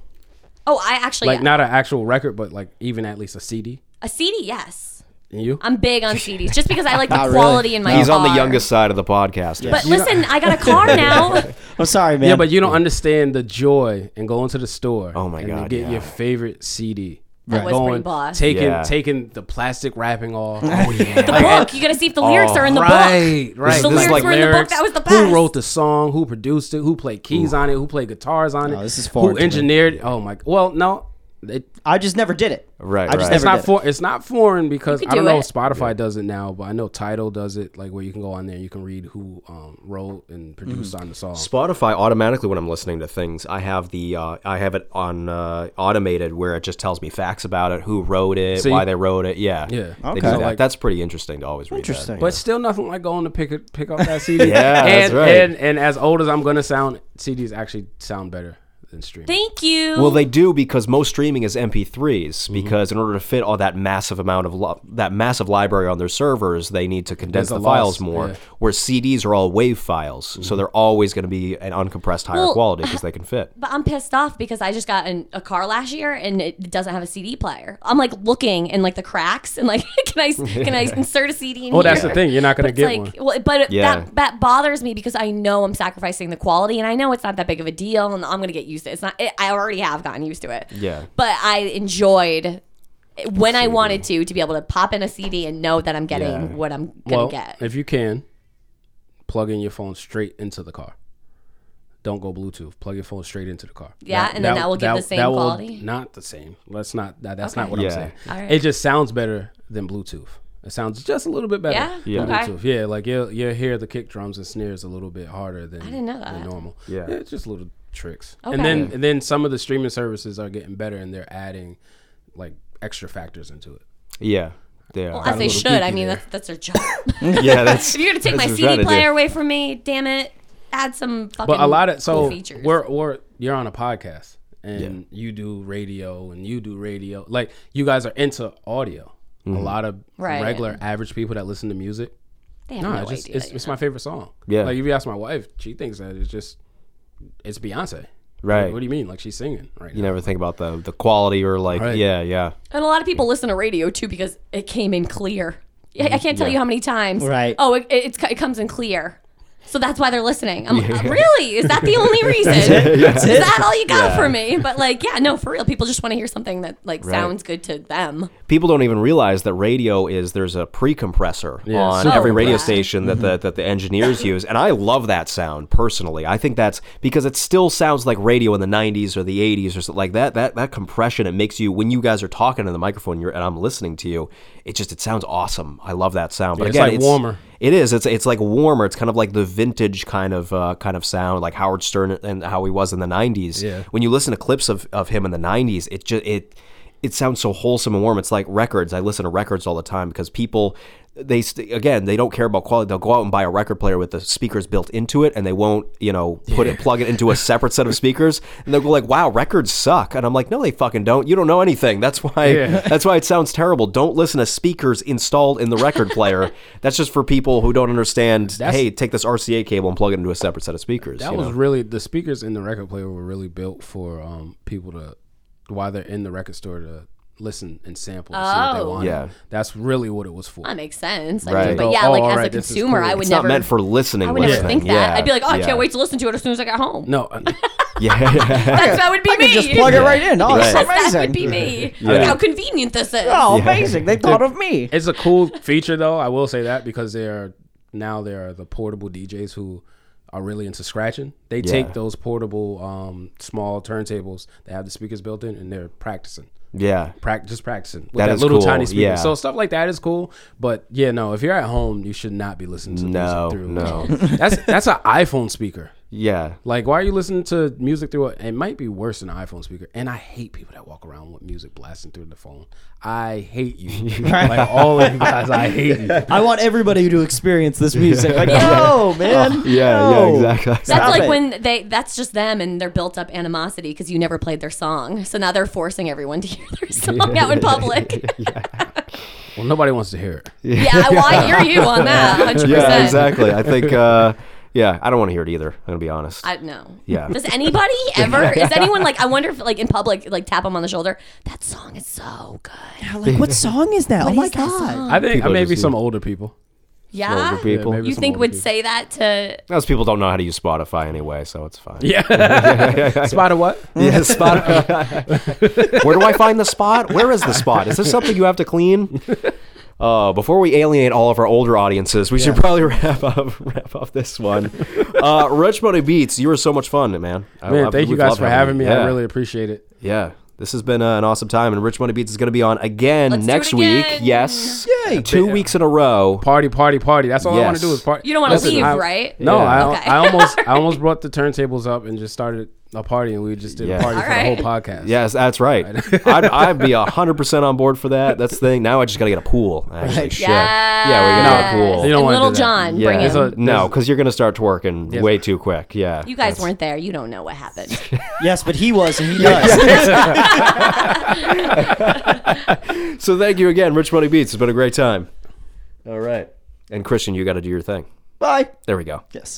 Speaker 2: oh, I actually
Speaker 5: Like not an actual record, but like even at least a CD.
Speaker 2: a CD. Yes,
Speaker 5: And you?
Speaker 2: I'm big on CDs just because I like the
Speaker 1: Not really.
Speaker 2: quality
Speaker 5: Oh.
Speaker 2: in my.
Speaker 3: he's on the
Speaker 2: car.
Speaker 3: youngest side of the podcast.
Speaker 2: But listen, I got a car now.
Speaker 1: I'm sorry, man.
Speaker 5: yeah, but you don't understand the joy and going to the store.
Speaker 3: Oh my
Speaker 5: and
Speaker 3: God,
Speaker 5: Get
Speaker 3: yeah.
Speaker 5: your favorite CD.
Speaker 2: That was pretty boss.
Speaker 5: taking
Speaker 3: Yeah.
Speaker 5: taking the plastic wrapping off. Oh yeah,
Speaker 2: the book. You got to see if
Speaker 3: oh,
Speaker 2: the lyrics are in the book.
Speaker 5: right, right.
Speaker 3: The This is lyrics like- were
Speaker 2: in the book, that was the best.
Speaker 5: Who wrote the song? Who produced it? Who played keys on it? Who played guitars on it?
Speaker 1: this is foreign
Speaker 5: who
Speaker 1: to me.
Speaker 5: engineered? Oh my! Well, no, it,
Speaker 1: I just never did it.
Speaker 3: Right,
Speaker 1: I just
Speaker 3: right.
Speaker 5: it's
Speaker 1: never
Speaker 5: not
Speaker 1: did
Speaker 5: for it's not foreign because
Speaker 2: You could
Speaker 5: I don't
Speaker 2: do
Speaker 5: know
Speaker 2: it.
Speaker 5: if Spotify does it now, but I know Tidal does it. Like where you can go on there, you can read who um, wrote and produced
Speaker 1: Mm-hmm.
Speaker 5: on the song.
Speaker 3: Spotify automatically when I'm listening to things, I have the uh, I have it on uh, automated where it just tells me facts about it, who wrote it,
Speaker 5: See?
Speaker 3: why they wrote it. Yeah,
Speaker 5: Yeah.
Speaker 3: They do
Speaker 1: Okay.
Speaker 3: that.
Speaker 5: Like-
Speaker 3: that's pretty interesting to always read. that.
Speaker 1: Interesting.
Speaker 5: But still, nothing like going to pick it- pick up that CD.
Speaker 3: Yeah,
Speaker 5: and,
Speaker 3: that's right.
Speaker 5: and and as old as I'm gonna sound, CDs actually sound better than streaming.
Speaker 2: Thank you.
Speaker 3: Well, they do because most streaming is MP3s.
Speaker 5: Mm-hmm.
Speaker 3: Because in order to fit all that massive amount of lo- that massive library on their servers, they need to condense
Speaker 5: There's
Speaker 3: the
Speaker 5: a
Speaker 3: files
Speaker 5: loss,
Speaker 3: more.
Speaker 5: yeah. Mm-hmm.
Speaker 3: Where CDs are all WAV files, so they're always going to be an uncompressed higher
Speaker 2: Well,
Speaker 3: quality because they can fit.
Speaker 2: But I'm pissed off because I just got an, a car last year and it doesn't have a CD player. I'm like looking in like the cracks and like can I can I insert a CD? In
Speaker 5: Well, that's
Speaker 2: here?
Speaker 5: the thing. You're not gonna
Speaker 2: But it's
Speaker 5: get
Speaker 2: like,
Speaker 5: one.
Speaker 2: well, but it-
Speaker 3: Yeah.
Speaker 2: that that bothers me because I know I'm sacrificing the quality, and I know it's not that big of a deal, and I'm gonna get used to it. It's not. It, I already have gotten used to it.
Speaker 3: Yeah.
Speaker 2: But I enjoyed it when I wanted to to be able to pop in a CD and know that I'm getting
Speaker 3: Yeah.
Speaker 2: what I'm gonna
Speaker 5: Well,
Speaker 2: get.
Speaker 5: if you can, plug in your phone straight into the car. Don't go Bluetooth. Plug your phone straight into the car.
Speaker 2: Yeah, and then that will give the same
Speaker 5: will-
Speaker 2: quality?
Speaker 5: not the same. Let's not. That, that's not what
Speaker 3: Yeah.
Speaker 5: I'm saying.
Speaker 2: All right.
Speaker 5: It just sounds better than Bluetooth. It sounds just a little bit better.
Speaker 2: Yeah?
Speaker 5: than
Speaker 2: Yeah. Okay.
Speaker 5: Bluetooth. Yeah, like you'll you'll hear the kick drums and snares a little bit harder than I
Speaker 2: didn't know that.
Speaker 5: normal.
Speaker 3: Yeah.
Speaker 5: it's just little tricks.
Speaker 2: Okay.
Speaker 5: And then and then some of the streaming services are getting better and they're adding like extra factors into it.
Speaker 3: Yeah, they are.
Speaker 2: Well, as they
Speaker 5: little
Speaker 2: should. I
Speaker 5: geeky
Speaker 2: mean,
Speaker 5: there.
Speaker 2: that's that's their job.
Speaker 3: yeah, that's.
Speaker 2: if you're gonna take my
Speaker 3: that's what I'm
Speaker 2: CD
Speaker 3: trying to do.
Speaker 2: player away from me, damn it, add some fucking.
Speaker 5: But a lot of
Speaker 2: cool
Speaker 5: so
Speaker 2: features.
Speaker 5: we're or you're on a podcast and you do radio and you do radio like you guys are into audio.
Speaker 3: Mm-hmm.
Speaker 5: A lot of
Speaker 2: Right.
Speaker 5: regular average people that listen to music.
Speaker 2: They have
Speaker 5: No,
Speaker 2: no
Speaker 5: it's just
Speaker 2: idea,
Speaker 5: it's,
Speaker 2: you
Speaker 5: it's
Speaker 2: know.
Speaker 5: my favorite song.
Speaker 3: Yeah.
Speaker 5: Like if you ask my wife, she thinks that it's just it's Beyonce.
Speaker 3: Right.
Speaker 5: Like, what do you mean? Like she's singing right
Speaker 3: You
Speaker 5: now.
Speaker 3: never think about the the quality or like
Speaker 5: Right.
Speaker 3: yeah yeah.
Speaker 2: And a lot of people listen to radio too because it came in clear. I, I can't tell you how many times.
Speaker 1: Right.
Speaker 2: Oh, it, it, it's, it comes in clear. So that's why they're listening. I'm like, "Uh, really? Is that the only reason? Is that all you got for me? But like, yeah, no, for real. People just want to hear something that like sounds good to them.
Speaker 3: people don't even realize that radio is there's a pre-compressor
Speaker 5: Yeah, Mm-hmm.
Speaker 3: on
Speaker 5: super
Speaker 3: every radio
Speaker 2: compressor.
Speaker 3: station that the that the engineers use, and I love that sound personally. I think that's because it still sounds like radio in the '90s or the '80s or something like that. That that compression it makes you when you guys are talking in the microphone you're, and I'm listening to you, it just it sounds awesome. I love that sound. But
Speaker 5: it's
Speaker 3: again,
Speaker 5: like warmer.
Speaker 3: It is. It's it's like warmer. It's kind of like the vintage kind of uh, kind of sound, like Howard Stern and how he was in the '90s.
Speaker 5: Yeah.
Speaker 3: When you listen to clips of, of him in the '90s, it just it it sounds so wholesome and warm. It's like records. I listen to records all the time because people they st- again they don't care about quality. They'll go out and buy a record player with the speakers built into it, and they won't you know put it plug it into a separate set of speakers. And they'll go like, "Wow, records suck," and I'm like, "No, they fucking don't. You don't know anything. That's why that's why it sounds terrible. Don't listen to speakers installed in the record player. that's just for people who don't understand. hey, take this RCA cable and plug it into a separate set of speakers.
Speaker 5: That
Speaker 3: you
Speaker 5: was
Speaker 3: know?
Speaker 5: really the speakers in the record player were really built for um, people to while they're in the record store to listen and sample to see what they
Speaker 2: Oh.
Speaker 5: want.
Speaker 3: Yeah.
Speaker 5: That's really what it was for.
Speaker 2: That makes sense. I
Speaker 3: Right.
Speaker 2: mean, but
Speaker 5: Go,
Speaker 2: yeah,
Speaker 5: oh,
Speaker 2: like
Speaker 5: all
Speaker 2: as a
Speaker 5: right, this is
Speaker 2: consumer,
Speaker 5: cool.
Speaker 2: I would
Speaker 3: It's
Speaker 2: never.
Speaker 3: not meant for listening.
Speaker 2: I would never
Speaker 3: listening.
Speaker 2: think that.
Speaker 3: Yeah.
Speaker 2: I'd be like, oh, I
Speaker 3: Yeah.
Speaker 2: can't wait to listen to it as soon as I get home.
Speaker 5: No, uh, I-
Speaker 3: Yeah,
Speaker 2: That's, that would be me.
Speaker 1: Just plug it right in. Oh,
Speaker 3: Right.
Speaker 1: that's
Speaker 3: That
Speaker 2: That would
Speaker 1: amazing.
Speaker 2: be me.
Speaker 3: Yeah.
Speaker 2: Look how convenient this is.
Speaker 1: Oh, amazing. They thought of me.
Speaker 5: it's a cool feature though. I will say that because there are now there are the portable DJs who are really into scratching. They take those portable um, small turntables that have the speakers built in, and they're practicing.
Speaker 3: yeah.
Speaker 5: Prac- just practicing with
Speaker 3: That
Speaker 5: that,
Speaker 3: is
Speaker 5: little
Speaker 3: cool,
Speaker 5: tiny speaker.
Speaker 3: yeah.
Speaker 5: So stuff like that is cool, but yeah, no. If you're at home, you should not be listening to
Speaker 3: No,
Speaker 5: music through.
Speaker 3: no.
Speaker 5: that's that's an iPhone speaker.
Speaker 3: Yeah.
Speaker 5: Like, why are you listening to music through? A, it might be worse than an iPhone speaker. And I hate people that walk around with music blasting through the phone. I hate you. like all of you guys, I hate you.
Speaker 1: I want everybody to experience this music. Like, no, man.
Speaker 3: Yeah, yeah,
Speaker 1: no.
Speaker 3: exactly.
Speaker 2: That's
Speaker 1: Stop
Speaker 2: like
Speaker 1: it.
Speaker 2: when they that's just them and their built up animosity because you never played their song. So now they're forcing everyone to hear their song out in public.
Speaker 5: Well, nobody wants to hear it.
Speaker 2: yeah, well, I hear you on that 100%.
Speaker 3: Yeah, exactly. I think. Uh, yeah, I don't want to hear it either. I'm gonna be honest.
Speaker 2: I no.
Speaker 3: Yeah.
Speaker 2: Does anybody ever? Is anyone like? I wonder if like in public, like tap them on the shoulder. That song is so good.
Speaker 1: Like, what song is that? oh my
Speaker 2: is that
Speaker 1: god.
Speaker 2: song?
Speaker 5: I think
Speaker 3: People
Speaker 5: maybe
Speaker 3: just-
Speaker 5: some older people.
Speaker 2: Yeah.
Speaker 3: older people.
Speaker 5: maybe
Speaker 2: You
Speaker 5: some
Speaker 2: think
Speaker 5: older
Speaker 2: would
Speaker 5: people.
Speaker 2: say that to?
Speaker 3: Those people don't know how to use Spotify anyway, so it's fine. Yeah,
Speaker 5: Spider what?
Speaker 3: Spotify. Where do I find the spot? Where is the spot? Is this something you have to clean? Uh, before we alienate all of our older audiences, we should probably wrap up wrap up this one. Uh, Rich Money Beats, you were so much fun, man. I-
Speaker 5: Man,
Speaker 3: I-
Speaker 5: thank you
Speaker 3: we've
Speaker 5: guys
Speaker 3: loved
Speaker 5: for having me.
Speaker 3: Yeah.
Speaker 5: I really appreciate it.
Speaker 3: Yeah. This has been uh, an awesome time, and Rich Money Beats is going to be on again
Speaker 2: Let's do it
Speaker 3: next
Speaker 2: again.
Speaker 3: week. Yes.
Speaker 1: Yay.
Speaker 3: Two weeks in a row.
Speaker 5: Party, party, party. That's all I want
Speaker 3: Yes.
Speaker 5: to do is party.
Speaker 2: You don't wanna
Speaker 5: Listen,
Speaker 2: leave,
Speaker 5: I-
Speaker 2: right?
Speaker 5: No,
Speaker 3: Yeah.
Speaker 5: I,
Speaker 2: Okay.
Speaker 5: I almost I almost brought the turntables up and just started a party, and we just did
Speaker 3: Yeah.
Speaker 5: a party
Speaker 2: All
Speaker 5: for
Speaker 2: right.
Speaker 5: the whole podcast.
Speaker 3: Yes, that's right. I'd, I'd be 100% on board for that. That's the thing. Now I just got to get a pool. Actually, shit. Yeah,
Speaker 2: Yes.
Speaker 3: we got to get a
Speaker 5: You
Speaker 3: pool.
Speaker 5: don't
Speaker 2: And
Speaker 5: wanna
Speaker 2: Little
Speaker 5: do that.
Speaker 2: John,
Speaker 3: Yeah.
Speaker 2: bring
Speaker 5: There's
Speaker 2: him.
Speaker 5: a-
Speaker 3: no, because you're going to start twerking
Speaker 5: Yes.
Speaker 3: way too quick. Yeah.
Speaker 2: You guys weren't there. You don't know what happened.
Speaker 1: Yes, but he was and he does.
Speaker 3: So thank you again, Rich Money Beats. It's been a great time. All right. And Christian, you got to do your thing.
Speaker 1: Bye.
Speaker 3: There we go.
Speaker 1: Yes.